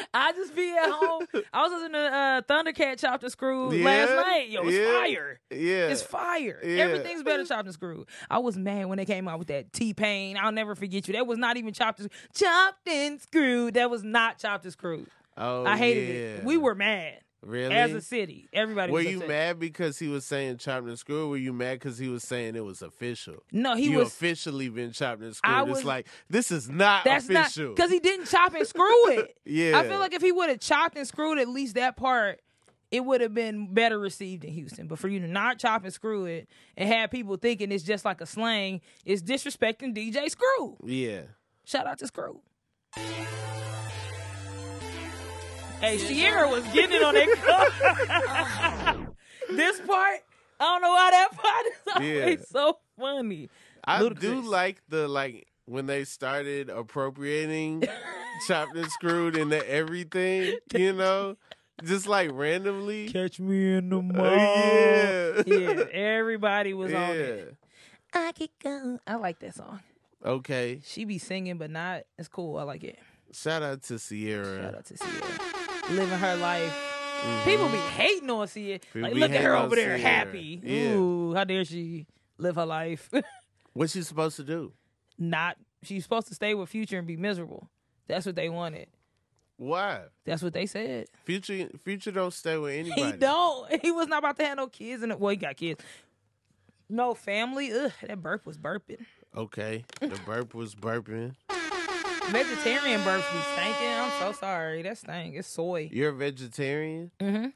I just be at home. I was listening to uh, Thundercat chopped and screwed last Yeah, night. Yo, it's yeah. fire. Yeah, It's fire. Yeah. Everything's better chopped and screwed. I was mad when they came out with that T Pain. I'll never forget you. That was not even chopped and chopped and screwed. That was not chopped and screwed. oh, I hated it. yeah. We were mad really as a city. Everybody. Were was you upset. mad because he was saying chopped and screwed? Were you mad because he was saying it was official? No, he you was. officially been chopped and I screwed. was- it's like this is not That's official. not because he didn't chop and screw it. yeah, I feel like if he would have chopped and screwed at least that part, it would have been better received in Houston. But for you to not chop and screw it and have people thinking it's just like a slang, it's disrespecting DJ Screw. yeah. Shout out to Screw. Hey, Sierra was getting it on that cover. this part, I don't know why that part is always Yeah. so funny. I do Ludacris. like the like when they started appropriating chopped and screwed into everything. You know, just like randomly. Catch me in the mall. Uh, yeah, yeah, everybody was on yeah. it. I could go. I like that song. Okay. She be singing, but not. It's cool. I like it. Shout out to Sierra. Shout out to Sia. Living her life. People be hating on Sia. Mm-hmm. People like, be look at her hating on over there Sia. happy. Yeah. Ooh, how dare she live her life? What's she supposed to do? not. She's supposed to stay with Future and be miserable. That's what they wanted. Why? That's what they said. Future Future don't stay with anybody. He don't. He was not about to have no kids. And well, he got kids. No family. Ugh, that burp was burping. Okay. The burp was burping. Vegetarian burps be stinking. I'm so sorry. That stank. It's soy. You're a vegetarian? Mhm.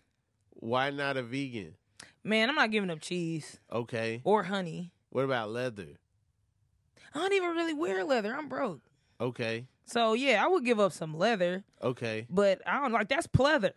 Why not a vegan? Man, I'm not giving up cheese Okay. or honey. What about leather? I don't even really wear leather. I'm broke. Okay. So yeah, I would give up some leather, Okay. but I don't like that's pleather.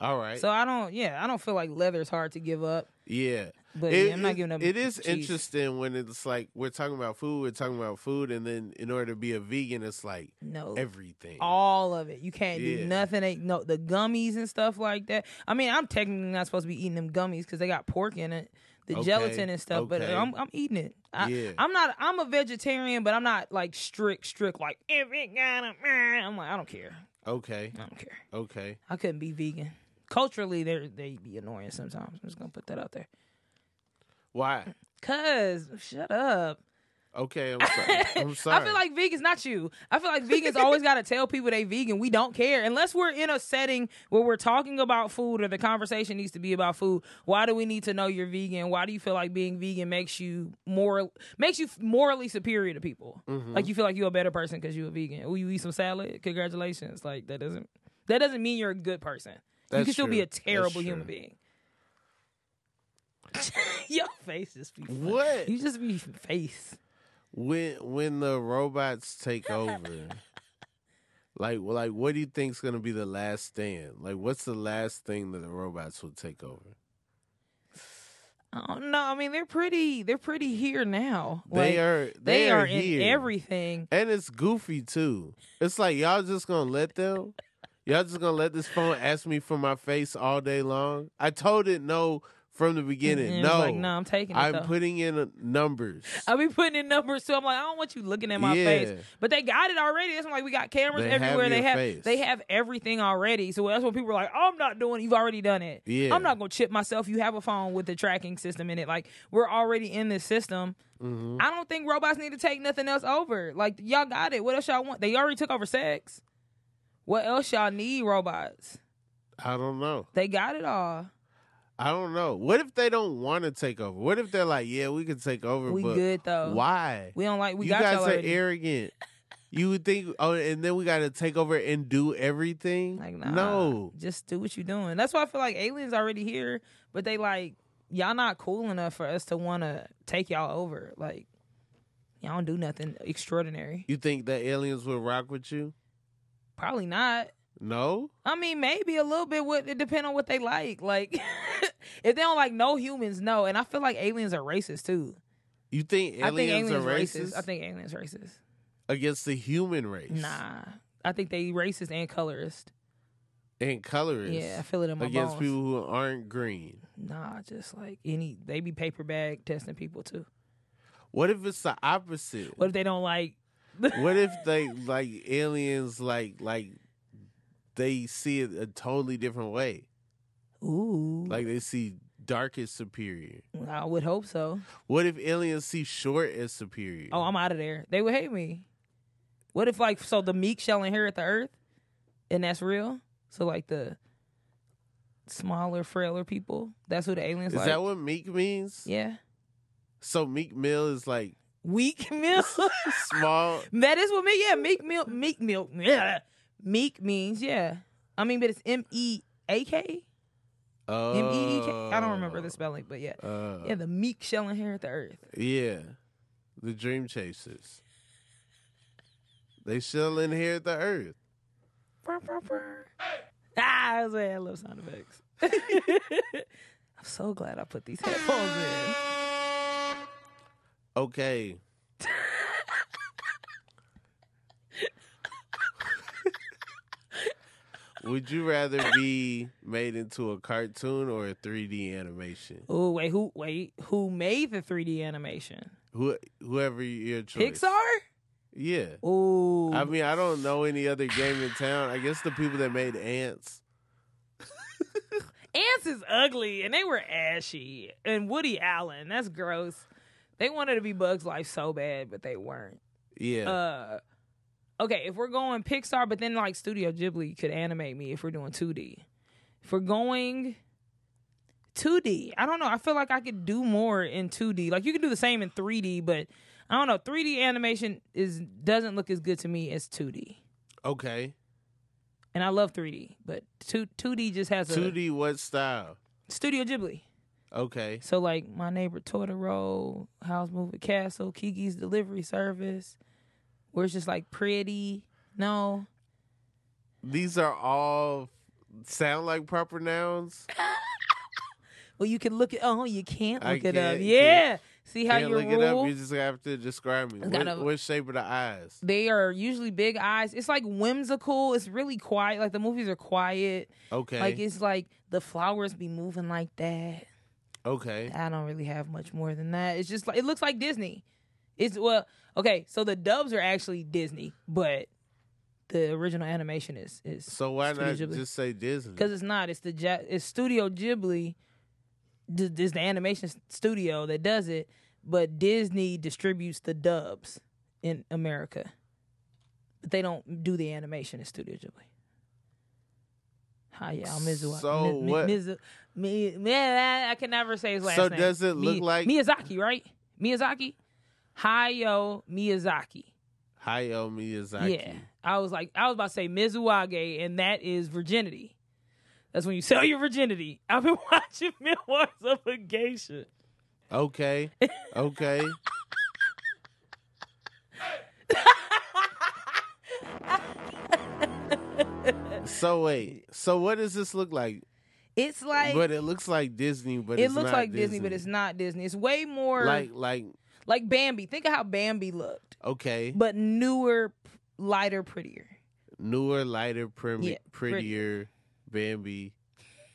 All right. So I don't. Yeah, I don't feel like leather's hard to give up. yeah. But It- yeah, I'm not it- giving up. It is cheese. interesting when it's like we're talking about food, we're talking about food, and then in order to be a vegan, it's like No. everything. all of it. You can't Yeah. do nothing. They, no, the gummies and stuff like that. I mean, I'm technically not supposed to be eating them gummies because they got pork in it, the Okay, gelatin and stuff. But okay. I'm, I'm eating it. I, Yeah. I'm not. I'm a vegetarian, but I'm not like strict, strict. Like every kind of. I'm like, I don't care. Okay, I don't care. okay. I couldn't be vegan. Culturally, they they be annoying sometimes. I'm just gonna put that out there. Why? Cause shut up. Okay, I'm sorry. I'm sorry. I feel like vegans, not you. I feel like vegans always got to tell people they vegan. We don't care unless we're in a setting where we're talking about food or the conversation needs to be about food. Why do we need to know you're vegan? Why do you feel like being vegan makes you more makes you morally superior to people? Mm-hmm. Like you feel like you're a better person because you're a vegan. Oh, you eat some salad. Congratulations. Like that doesn't that doesn't mean you're a good person. you That's can still be true. a terrible That's human true. being. Your face just be funny. What? You just be face. when when the robots take over, like well, like what do you think's gonna be the last stand? Like what's the last thing that the robots will take over? Oh no! I mean, they're pretty. They're pretty here now. they Like, are They, are, in here. everything. and it's goofy too. It's like y'all just gonna let them. Y'all just gonna let this phone ask me for my face all day long. I told it no from the beginning. And it's no, Mm-hmm. like, no, I'm taking it. Oh. I'm though. putting in uh, numbers. I be putting in numbers too. I'm like, I don't want you looking at my Yeah. face. But they got it already. That's why, like we got cameras They have everywhere. they your have face. they have everything already. So that's when people are like, I'm not doing. it. You've already done it. Yeah. I'm not gonna chip myself. You have a phone with the tracking system in it. Like we're already in this system. Mm-hmm. I don't think robots need to take nothing else over. Like y'all got it. What else y'all want? They already took over sex. What else y'all need robots? I don't know. They got it all. I don't know. What if they don't want to take over? What if they're like, yeah, we can take over, We but good though. why? Oh. We don't like we you got guys y'all are already. arrogant. You would think, oh, and then we got to take over and do everything. Like nah, no, just do what you're doing. That's why I feel like aliens already here, but they like y'all not cool enough for us to want to take y'all over. Like y'all don't do nothing extraordinary. you think that aliens will rock with you? Probably not. No, I mean, maybe a little bit. Would it depend on what they like? Like if they don't like no humans, no. And I feel like aliens are racist too. you think aliens, I think aliens are racist, I think aliens racist. against the human race? Nah, I think they racist and colorist. and colorist. Yeah, I feel it in my against bones. people who aren't green. Nah, just like any, they be paper bag testing people too. What if it's the opposite? What if they don't like? what if they like aliens like like they see it a totally different way? Ooh, Like they see dark as superior. I would hope so. What if aliens see short as superior? Oh, I'm out of there. They would hate me. What if like so the meek shall inherit the earth, and that's real? So like the smaller, frailer people, that's who the aliens is like. that what meek means? yeah, So meek mill is like weak meal. small. that is what me. Yeah, meek milk, meek milk. Yeah, meek means yeah. I mean, but it's M E A K, Oh, M E E K. I don't remember the spelling, but yeah, Uh, yeah. The meek shall inherit the earth. Yeah. The dream chasers. They shall inherit the earth. Brr, brr, brr. Ah, I was like, I love sound effects. I'm so glad I put these headphones Okay. Would you rather be made into a cartoon or a 3D animation? in. Ooh, wait, who wait, who made the 3D animation? Who, whoever your choice. Pixar? Yeah. Ooh. I mean, I don't know any other game in town. I guess the people that made Ants. Ants is ugly and they were ashy. And Woody Allen, that's gross. They wanted to be Bugs Life so bad, but they weren't. Yeah. Uh okay, if we're going Pixar, but then like Studio Ghibli could animate me if we're doing 2D. If we're going 2D, I don't know. I feel like I could do more in 2D. Like you can do the same in 3D, but I don't know. 3D animation is doesn't look as good to me as 2D. okay. And I love 3D, but 2 2D just has a 2D, what style? Studio Ghibli. Okay. So like my neighbor Totoro, House Moving Castle, Kiki's Delivery Service, where it's just like pretty. No, These are all sound like proper nouns. Well, you can look it. Oh, you can't I look can't- it up. can't- Yeah. See how Can't your look it up. rule. You just have to describe me. What, gotta- what shape of the eyes? They are usually big eyes. It's like whimsical. It's really quiet. Like the movies are quiet. Okay. Like it's like the flowers be moving like that. okay. I don't really have much more than that. It's just like it looks like Disney. It's well, okay. So the dubs are actually Disney, but the original animation is is So why not Studio Ghibli. just say Disney? because it's not. It's the Ja- it's Studio Ghibli. d- Is the animation s- studio that does it, but Disney distributes the dubs in America. But they don't do the animation in Studio Ghibli. Hi, y'all. Mizuwa. So Mi- mi- what- Mizu- mi- mi- I can never say his last So name. does it look Mi- like- Miyazaki? Right, Miyazaki. Hayao Miyazaki. Hayao Miyazaki. Yeah. I was like, I was about to say Mizuwage, and that is virginity. That's when you sell your virginity. I've been watching Memoirs of a Geisha. Okay. Okay. so wait. So what does this look like? It's like but it looks like Disney, but it it's looks not like Disney, but it's not Disney. It's way more like like like like Bambi. Think of how Bambi looked, okay, but newer, p- lighter, prettier. newer, lighter, prim- Yeah, prettier, Bambi,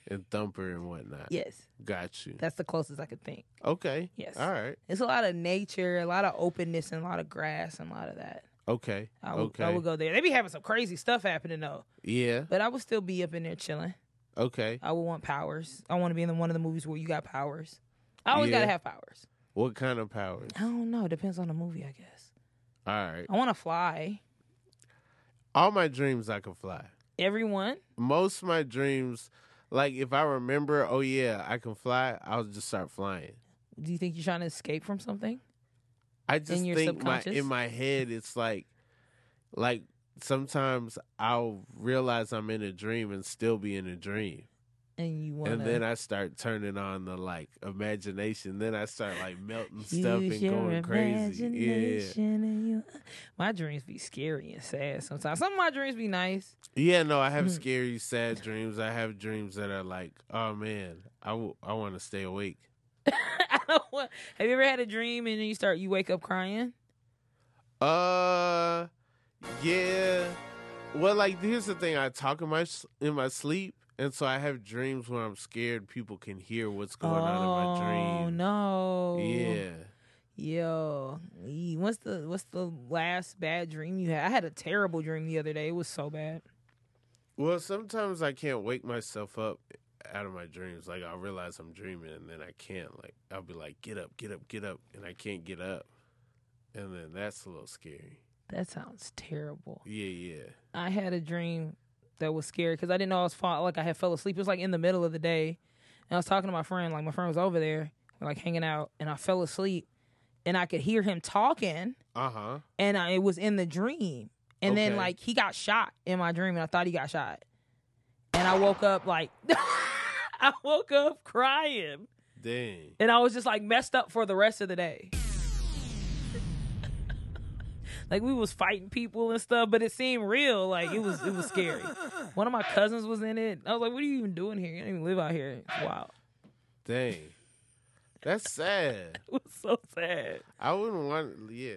and Thumper and whatnot. Yes, Got you. that's the closest I could think. Okay. Yes. All right. It's a lot of nature, a lot of openness, and a lot of grass, and a lot of that. Okay. I would, okay. I would go there. They be having some crazy stuff happening though, Yeah. but I would still be up in there chilling. Okay. I would want powers. I want to be in the, one of the movies where you got powers. I always Yeah. gotta have powers. What kind of powers? I don't know. It depends on the movie, I guess. All right. I want to fly. All my dreams I can fly. Everyone. Most of my dreams, like if I remember, oh yeah, I can fly, I'll just start flying. Do you think you're trying to escape from something? I just your think my in subconscious? my head it's like like sometimes I'll realize I'm in a dream and still be in a dream. And you want. And then I start turning on the like imagination. Then I start like melting stuff and going crazy. Yeah. uh, My dreams be scary and sad sometimes. Some of my dreams be nice. Yeah, no, I have Mm. scary, sad dreams. I have dreams that are like, oh man, I want to stay awake. I don't want, have you ever had a dream and then you start you wake up crying? Uh, yeah. Well, like here's the thing: I talk in my s- in my sleep, and so I have dreams where I'm scared people can hear what's going oh on in my dream. no! Yeah. Yo, ee, what's the what's the last bad dream you had? I had a terrible dream the other day. It was so bad. Well, sometimes I can't wake myself up out of my dreams. Like I realize I'm dreaming, and then I can't. Like I'll be like, "Get up, get up, get up," and I can't get up, and then that's a little scary. That sounds terrible. Yeah, yeah. I had a dream that was scary because I didn't know I was fall like I had fell asleep. It was like in the middle of the day, and I was talking to my friend. Like my friend was over there, we're like hanging out, and I fell asleep, and I could hear him talking, Uh huh. and I, it was in the dream. And then Okay. like he got shot in my dream, and I thought he got shot, and I woke up like I woke up crying. Dang. And I was just like messed up for the rest of the day. like we was fighting people and stuff, but it seemed real. Like it was it was scary. One of my cousins was in it. I was like, what are you even doing here? You don't even live out here. Wow. Dang. That's sad. It was so sad. I wouldn't want. Yeah,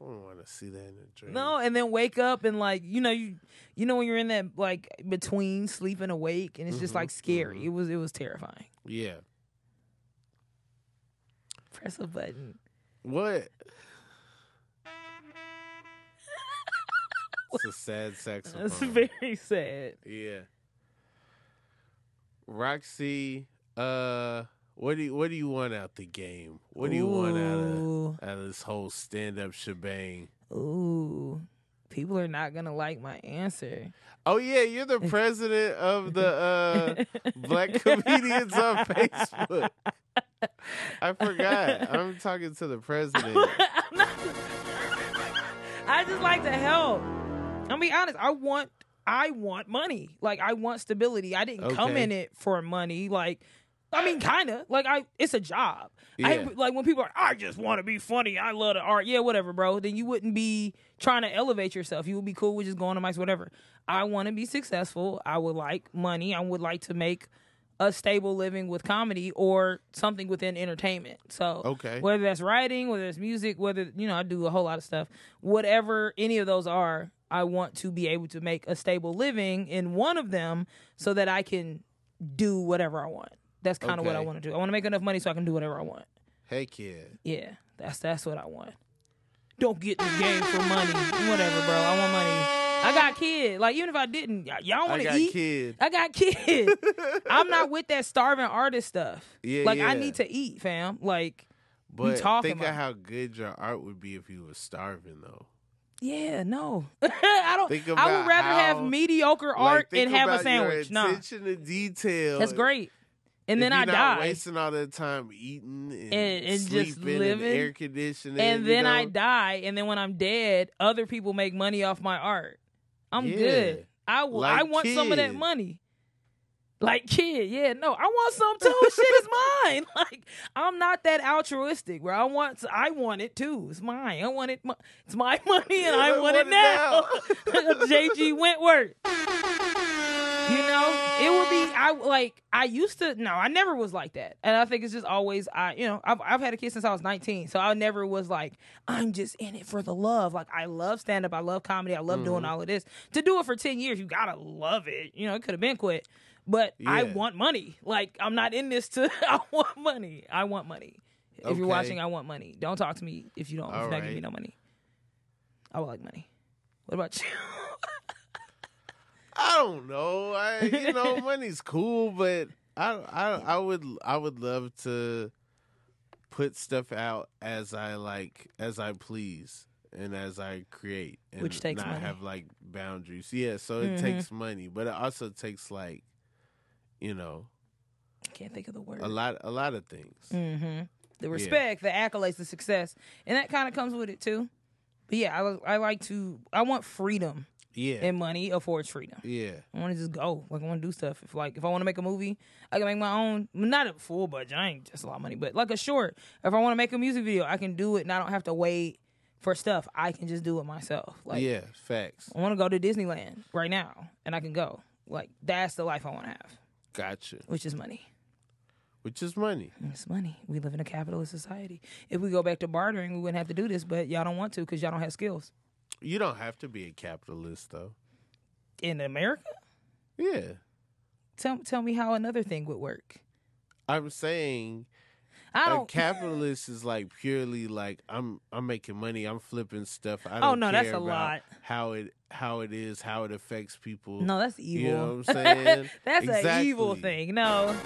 I wouldn't want to see that in a dream. No, and then wake up and like, you know, you you know when you're in that like between sleep and awake and it's Mm-hmm. just like scary. It was it was terrifying. Yeah. Press a button. What? it's a sad saxophone. That's very sad. yeah. Roxy, uh, what do you, what do you want out the game? What do you want out of, Ooh. out of this whole stand up shebang? Ooh, people are not gonna like my answer. Oh yeah, you're the president of the uh, Black Comedians on Facebook. I forgot. I'm talking to the president. I'm not- I just like to help. I'll be honest. I want, I want money. Like I want stability. I didn't come Okay. in it for money. Like, I mean, kind of. Like I, it's a job. I, Yeah. like when people are, I just want to be funny. I love the art. Yeah, whatever, bro. Then you wouldn't be trying to elevate yourself. You would be cool with just going to mics, whatever. I want to be successful. I would like money. I would like to make a stable living with comedy or something within entertainment. So Okay. whether that's writing, whether it's music, whether you know, I do a whole lot of stuff. Whatever any of those are, I want to be able to make a stable living in one of them so that I can do whatever I want. That's kind of what I Okay. want to do. I want to make enough money so I can do whatever I want. Hey kid. Yeah, that's that's what I want. Don't get this game for money. Whatever, bro. I want money. I got kid. Like even if I didn't, y- y'all I want got to eat. kid. I got kid. I'm not with that starving artist stuff. Yeah, like yeah. I need to eat, fam. Like But talking think about- of how good your art would be if you was starving though. yeah, no. I don't. Think I would about rather how- have mediocre art Like, think and have a about sandwich. Your Nah, attention to detail. that's great. And then if I you're die. Not wasting all that time eating and, And- and just sleeping and living. air conditioning, and you then I know? die, and then when I'm dead, other people make money off my art. I'm Yeah. good. I w- I Like want some of that Kid. money. Like kid, yeah, no, I want some too. Shit is mine. Like I'm not that altruistic, bro. I want I want it too. It's mine. I want it. mo- It's my money, and I, want, it now. JG Wentworth. You know, it would be I like I used to no, I never was like that. And I think it's just always I you know, I've I've had a kid since I was 19. So I never was like, I'm just in it for the love. Like I love stand up, I love comedy, I love Mm-hmm. doing all of this. To do it for 10 years, you gotta love it. You know, it could have been quit. But I Yeah. want money. Like I'm not in this to I want money. I want money. If Okay. you're watching, I want money. Don't talk to me if you don't if All you're not giving me right. no money. I would like money. What about you? I don't know. I you know money's cool, but I I I would I would love to put stuff out as I like as I please and as I create and Which takes not money. have like boundaries. Yeah, so it Mhm. takes money, but it also takes like you know I can't think of the word. a lot a lot of things. hmm The respect, the accolades, the success, and that kind of comes with it too. But yeah, I, li- I like to. I want freedom, Yeah. and money affords freedom. yeah. I want to just go. Like I want to do stuff. If like if I want to make a movie, I can make my own. Not a full budget. I ain't just a lot of money, but like a short. If I want to make a music video, I can do it, and I don't have to wait for stuff. I can just do it myself. Like yeah, facts. I want to go to Disneyland right now, and I can go. Like that's the life I want to have, Gotcha. which is money. Which is money. It's money. We live in a capitalist society. If we go back to bartering, we wouldn't have to do this, but y'all don't want to because y'all don't have skills. You don't have to be a capitalist though. In America, Yeah. tell tell me how another thing would work. I'm saying I A don't. capitalist is like purely like I'm I'm making money, I'm flipping stuff. I Oh, don't no, that's care a about lot. How it how it is, how it affects people. no, that's evil. You know what I'm saying? that's an evil Exactly. thing. No,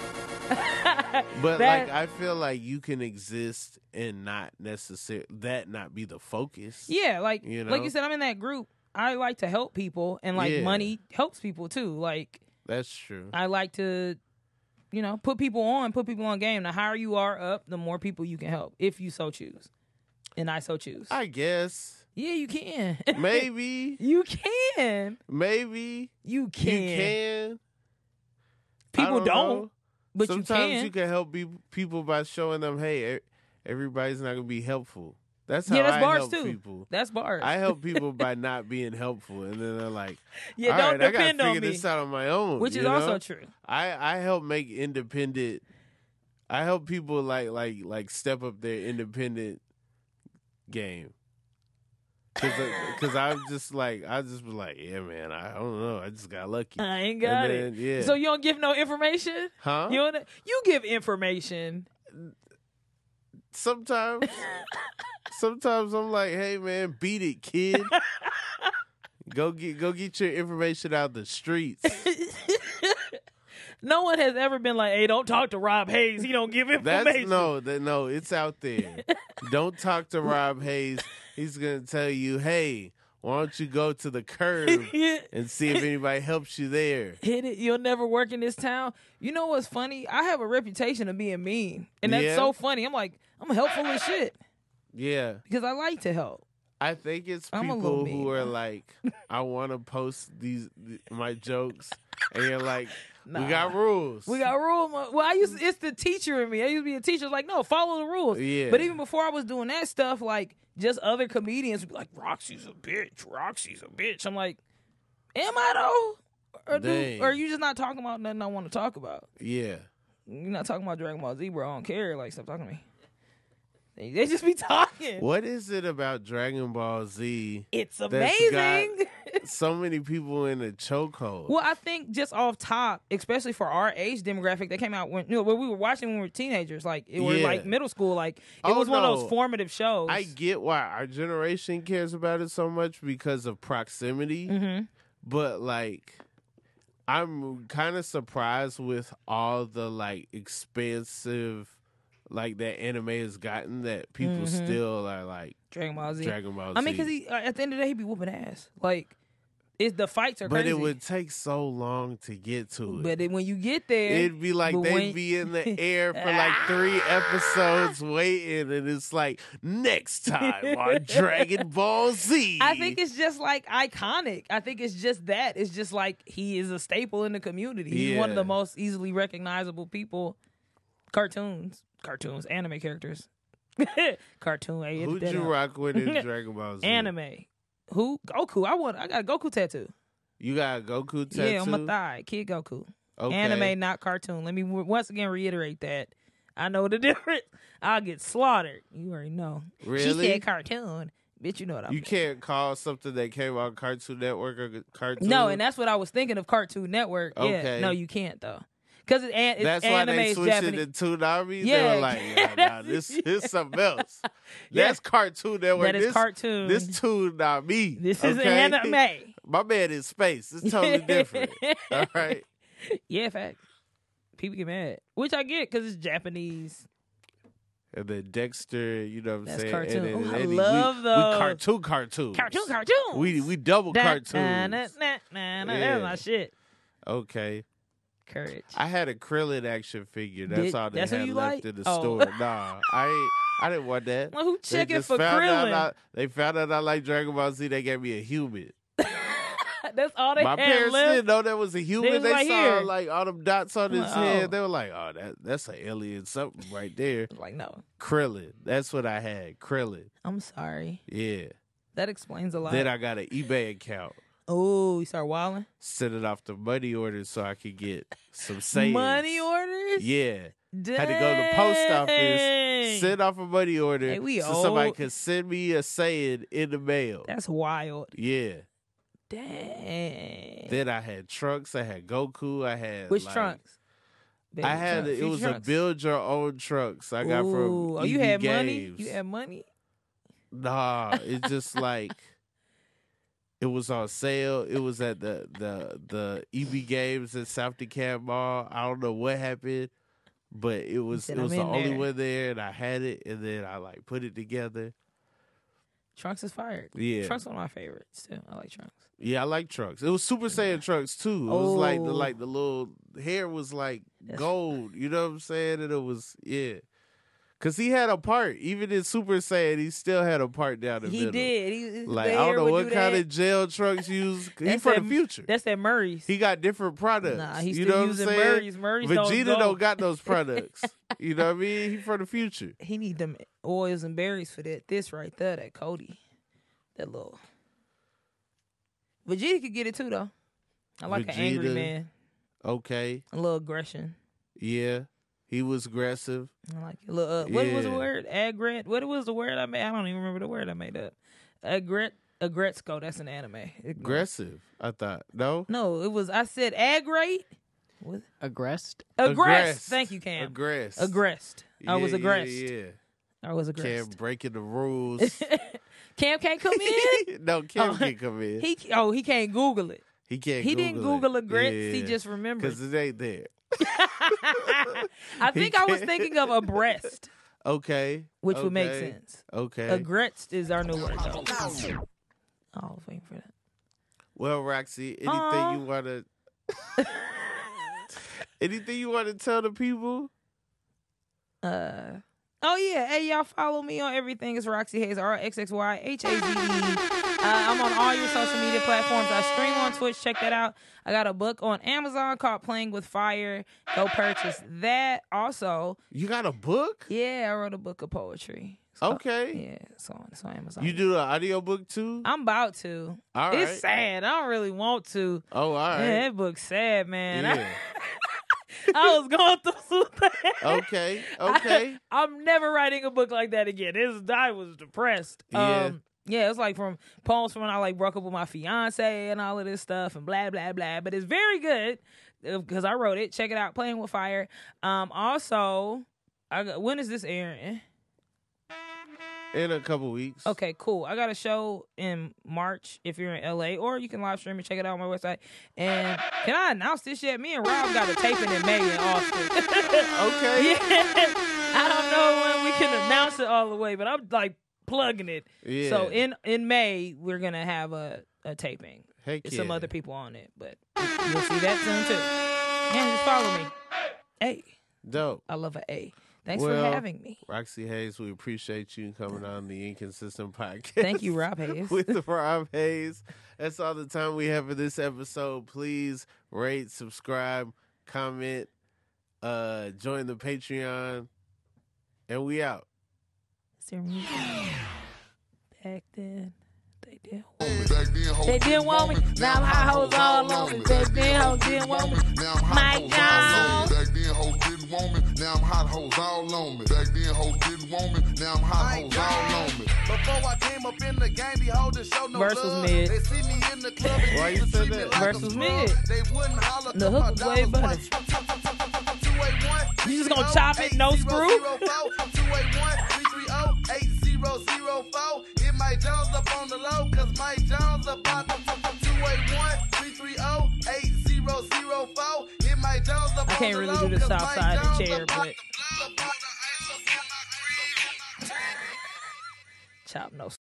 But That- like I feel like you can exist and not necessarily that not be the focus. yeah, like You like know? you said, I'm in that group. I like to help people, and like Yeah. money helps people too. Like That's true. I like to, you know, put people on, put people on game. The higher you are up, the more people you can help if you so choose. And I so choose. I guess yeah, you can. maybe You can. maybe You can. you can. I People don't, know. but Sometimes you can. help be, people by showing them, hey, e- everybody's not gonna be helpful. That's how Yeah, that's I bars help too. people. That's bars. I help people by not being helpful, and then they're like, yeah, "All don't right, I depend gotta on figure me. this out on my own." Which is you know? also true. I I help make independent. I help people like like like step up their independent game. Because I'm just like I just be like, yeah, man. I don't know. I just got lucky. I ain't Uh, got And then, it. Yeah. So you don't give no information? huh? You don't, you give information. sometimes sometimes I'm like, hey man, beat it, kid. go get go get your information out the streets. No one has ever been like, "Hey, don't talk to Rob Hayes. He don't give information." That's no, that no, it's out there. don't talk to Rob Hayes. He's gonna tell you, hey, why don't you go to the curb Hit and see if anybody helps you there? hit it. You'll never work in this town. You know what's funny? I have a reputation of being mean, and that's Yeah. so funny. I'm like, I'm helpful as shit Yeah. because I like to help. I think it's I'm a little people who mean. are like, I wanna post these th- my jokes and you're like, Nah. we got rules. We got rule. Mo- well, I used it's the teacher in me. I used to be a teacher. Like, no, follow the rules. Yeah. But even before I was doing that stuff, like just other comedians would be like, "Roxy's a bitch. Roxy's a bitch." I'm like, "Am I though?" Or, do, Dang. or you just not talking about nothing I want to talk about. Yeah. You're not talking about Dragon Ball Z, bro. I don't care. Like, stop talking to me. They, they just be talking. What is it about Dragon Ball Z? It's That's got- amazing. So many people in a chokehold. Well, I think just off top, especially for our age demographic, that came out when you know when we were watching when we were teenagers, like it was Yeah. like middle school, like it Oh, was one of no. those formative shows. I get why our generation cares about it so much because of proximity, Mhm. but like I'm kind of surprised with all the like expensive like that anime has gotten that people Mhm. still are like Dragon Ball Z. Dragon Ball Z. I mean, because he uh, at the end of the day, he be whooping ass. Like, it's the fights are but crazy. it would take so long to get to it. But it, when you get there, It'd be like but they'd when- be in the air for like three episodes waiting, and it's like next time on Dragon Ball Z. I think it's just like iconic. I think it's just that. It's just like he is a staple in the community. He's one of the Yeah. most easily recognizable people. Cartoons, cartoons, anime characters, cartoon. I Who'd edited that you out. rock with in Dragon Ball Z? Anime. Who? Goku. I want. I got a Goku tattoo. You got a Goku tattoo? Yeah, on my thigh. Kid Goku. Okay. Anime, not cartoon. Let me w- once again reiterate that. I know the difference. I'll get slaughtered. You already know. Really? She said cartoon. Bitch, you know what I'm You can't call something that came on Cartoon Network a g- cartoon. No, and that's what I was thinking of Cartoon Network. Yeah. Okay. No, you can't though. Because it's, an- it's That's why anime they is switched Japanese. it to Toonami. Yeah. They were like, yeah, nah, this is something else. Yeah. That's Cartoon Network. That is this, cartoon. This Toonami. This is okay? anime. My man in space. It's totally different. All right. Yeah, fact. People get mad, which I get because it's Japanese. And then Dexter, you know what I'm That's saying? cartoon. And then Ooh, I Eddie, love we, those. We cartoon cartoons. Cartoon, cartoon. We we double Da- cartoons. na- na- na- na- na. That's Yeah. my shit. Okay. Courage. I had a Krillin action figure. That's Did- all they that's who had you left like? in the Oh. store. Nah, I ain't- I didn't want that. well, who They checking just for found out Krillin? I- they found out I like Dragon Ball Z. They gave me a human. That's all they My had parents left. didn't know there was a human. They, was like, saw "Here." like all them dots on his Like, oh. head. They were like, "Oh, that that's an alien something right there." Like, no, Krillin. That's what I had. Krillin. I'm sorry. Yeah. That explains a lot. Then I got an eBay account. oh, you start wilding. Sending off the money orders so I could get some savings. Money orders. Yeah. Dang. Had to go to the post office, send off a money order Hey, we so somebody old. could send me a saying in the mail. That's wild. yeah. Dang. Then I had trunks. I had Goku. I had Which like- trunks? Baby I had trunks. it Future was trunks. a build your own trunks. I got Ooh. from Oh, you EB had money. Games. You had money. nah. It's just like it was on sale. It was at the the the EB Games at South DeKalb Mall. I don't know what happened, but it was said, it was "I'm the in only there." one there, and I had it, and then I like put it together. Trunks is fired. Yeah. Trunks one of my favorites too. I like Trunks. Yeah, I like trucks. It was Super Saiyan trucks too. It was like the Oh. like the little hair was like That's- gold. You know what I'm saying? And it was yeah, cause he had a part. Even in Super Saiyan, he still had a part down the He middle. did. He, he- Like the I don't hair know would what do kind that. of jail trucks use. He That's for that- the future. That's that Murray's. He got different products. nah, he's you still know using what I'm saying? Murray's. Murray's Vegeta don't, don't, go. got those products. you know what I mean? He for the future. He need them oils and berries for that. This right there, that Cody, that little. Vegeta could get it too though. I like an angry Vegeta. man, Okay, a little aggression. yeah, he was aggressive. I like it. Look, uh, what was the Yeah. word? Agret. What was the word I made? I don't even remember the word I made up. Agret. Agretsko. That's an anime. It- Aggressive, I thought. No, No, it was. I said aggrate. What? Aggressed. Aggressed. Aggressed. Thank you, Cam. aggressive. Aggressed. I Oh, was Yeah, yeah, aggressed. Yeah, I was Cam aggressed. breaking the rules. Cam can't come in. no, Cam Oh, can't come in. He, he oh he can't Google it. can't. He didn't Google aggrets. He just remembered. because it ain't there. he I think I was can't. thinking of abreast, Okay, which would make okay, sense. Okay. Aggrets is our new word. Though. I was waiting for that. well, Roxy, anything Aw. you wanna, anything you wanna tell the people? uh oh yeah hey y'all follow me on everything it's roxy hayes r-x-x-y-h-a-z-e E. uh, i'm on all your social media platforms i stream on twitch check that out i got a book on amazon called playing with fire go purchase that also You got a book? yeah i wrote a book of poetry It's Oh, called- Okay. Yeah, it's on it's on Amazon. You do the audiobook too? I'm about to. All right. it's sad. I don't really want to. Oh, all Yeah, right. that book's sad, man. I- Yeah. I, was going through some things. okay. Okay. I, am never writing a book like that again. It's, I was depressed. Yeah. Um, yeah, it's like from poems from when I like broke up with my fiance and all of this stuff and blah blah blah. But it's very good because I wrote it. Check it out, playing with fire. Um, also, I, got- when is this airing? In a couple weeks. Okay, cool. I got a show in March if you're in LA, or you can live stream and check it out on my website. And can I announce this yet? Me and Rob got a taping in May in Austin. Okay. Yeah. I don't know when we can announce it all the way, but I'm like plugging it. Yeah. So in in May we're gonna have a, a taping. Heck There's Some yeah. other people on it, but you'll see that soon too. Yeah, just follow me. Hey, dope. I love a A. Thanks Well- for having me. Roxy Hayes, we appreciate you coming on the Inconsistent Podcast. Thank you, Rob Hayes. with the Rob Hayes. That's all the time we have for this episode. Please rate, subscribe, comment, uh, join the Patreon, and we out. Is there music? Back then, they did. They didn't want me. Now I'm hot hoes all on me. Back then hoes didn't want me. Now I'm My hot hoes all on me. Back then hoes didn't want me. Now I'm hot hoes all on me. Back then hoes didn't want me. Now I'm hot hoes all on me. Before I came up in the game, the holders show no Verse was love. mid. They see me in the club and Why used you to said treat me that? like Verse a was scrub. mid. They wouldn't holler The till my hook was way dollars better. was 281. You just gonna chop it, no screw? 281-330-8004. Get Mike Jones up on the low, cause Mike Jones up on the 281-330-8004. Get Mike Jones up I on can't the really low, do the 'cause south Mike side of the Jones chair, up on but- the- Chop no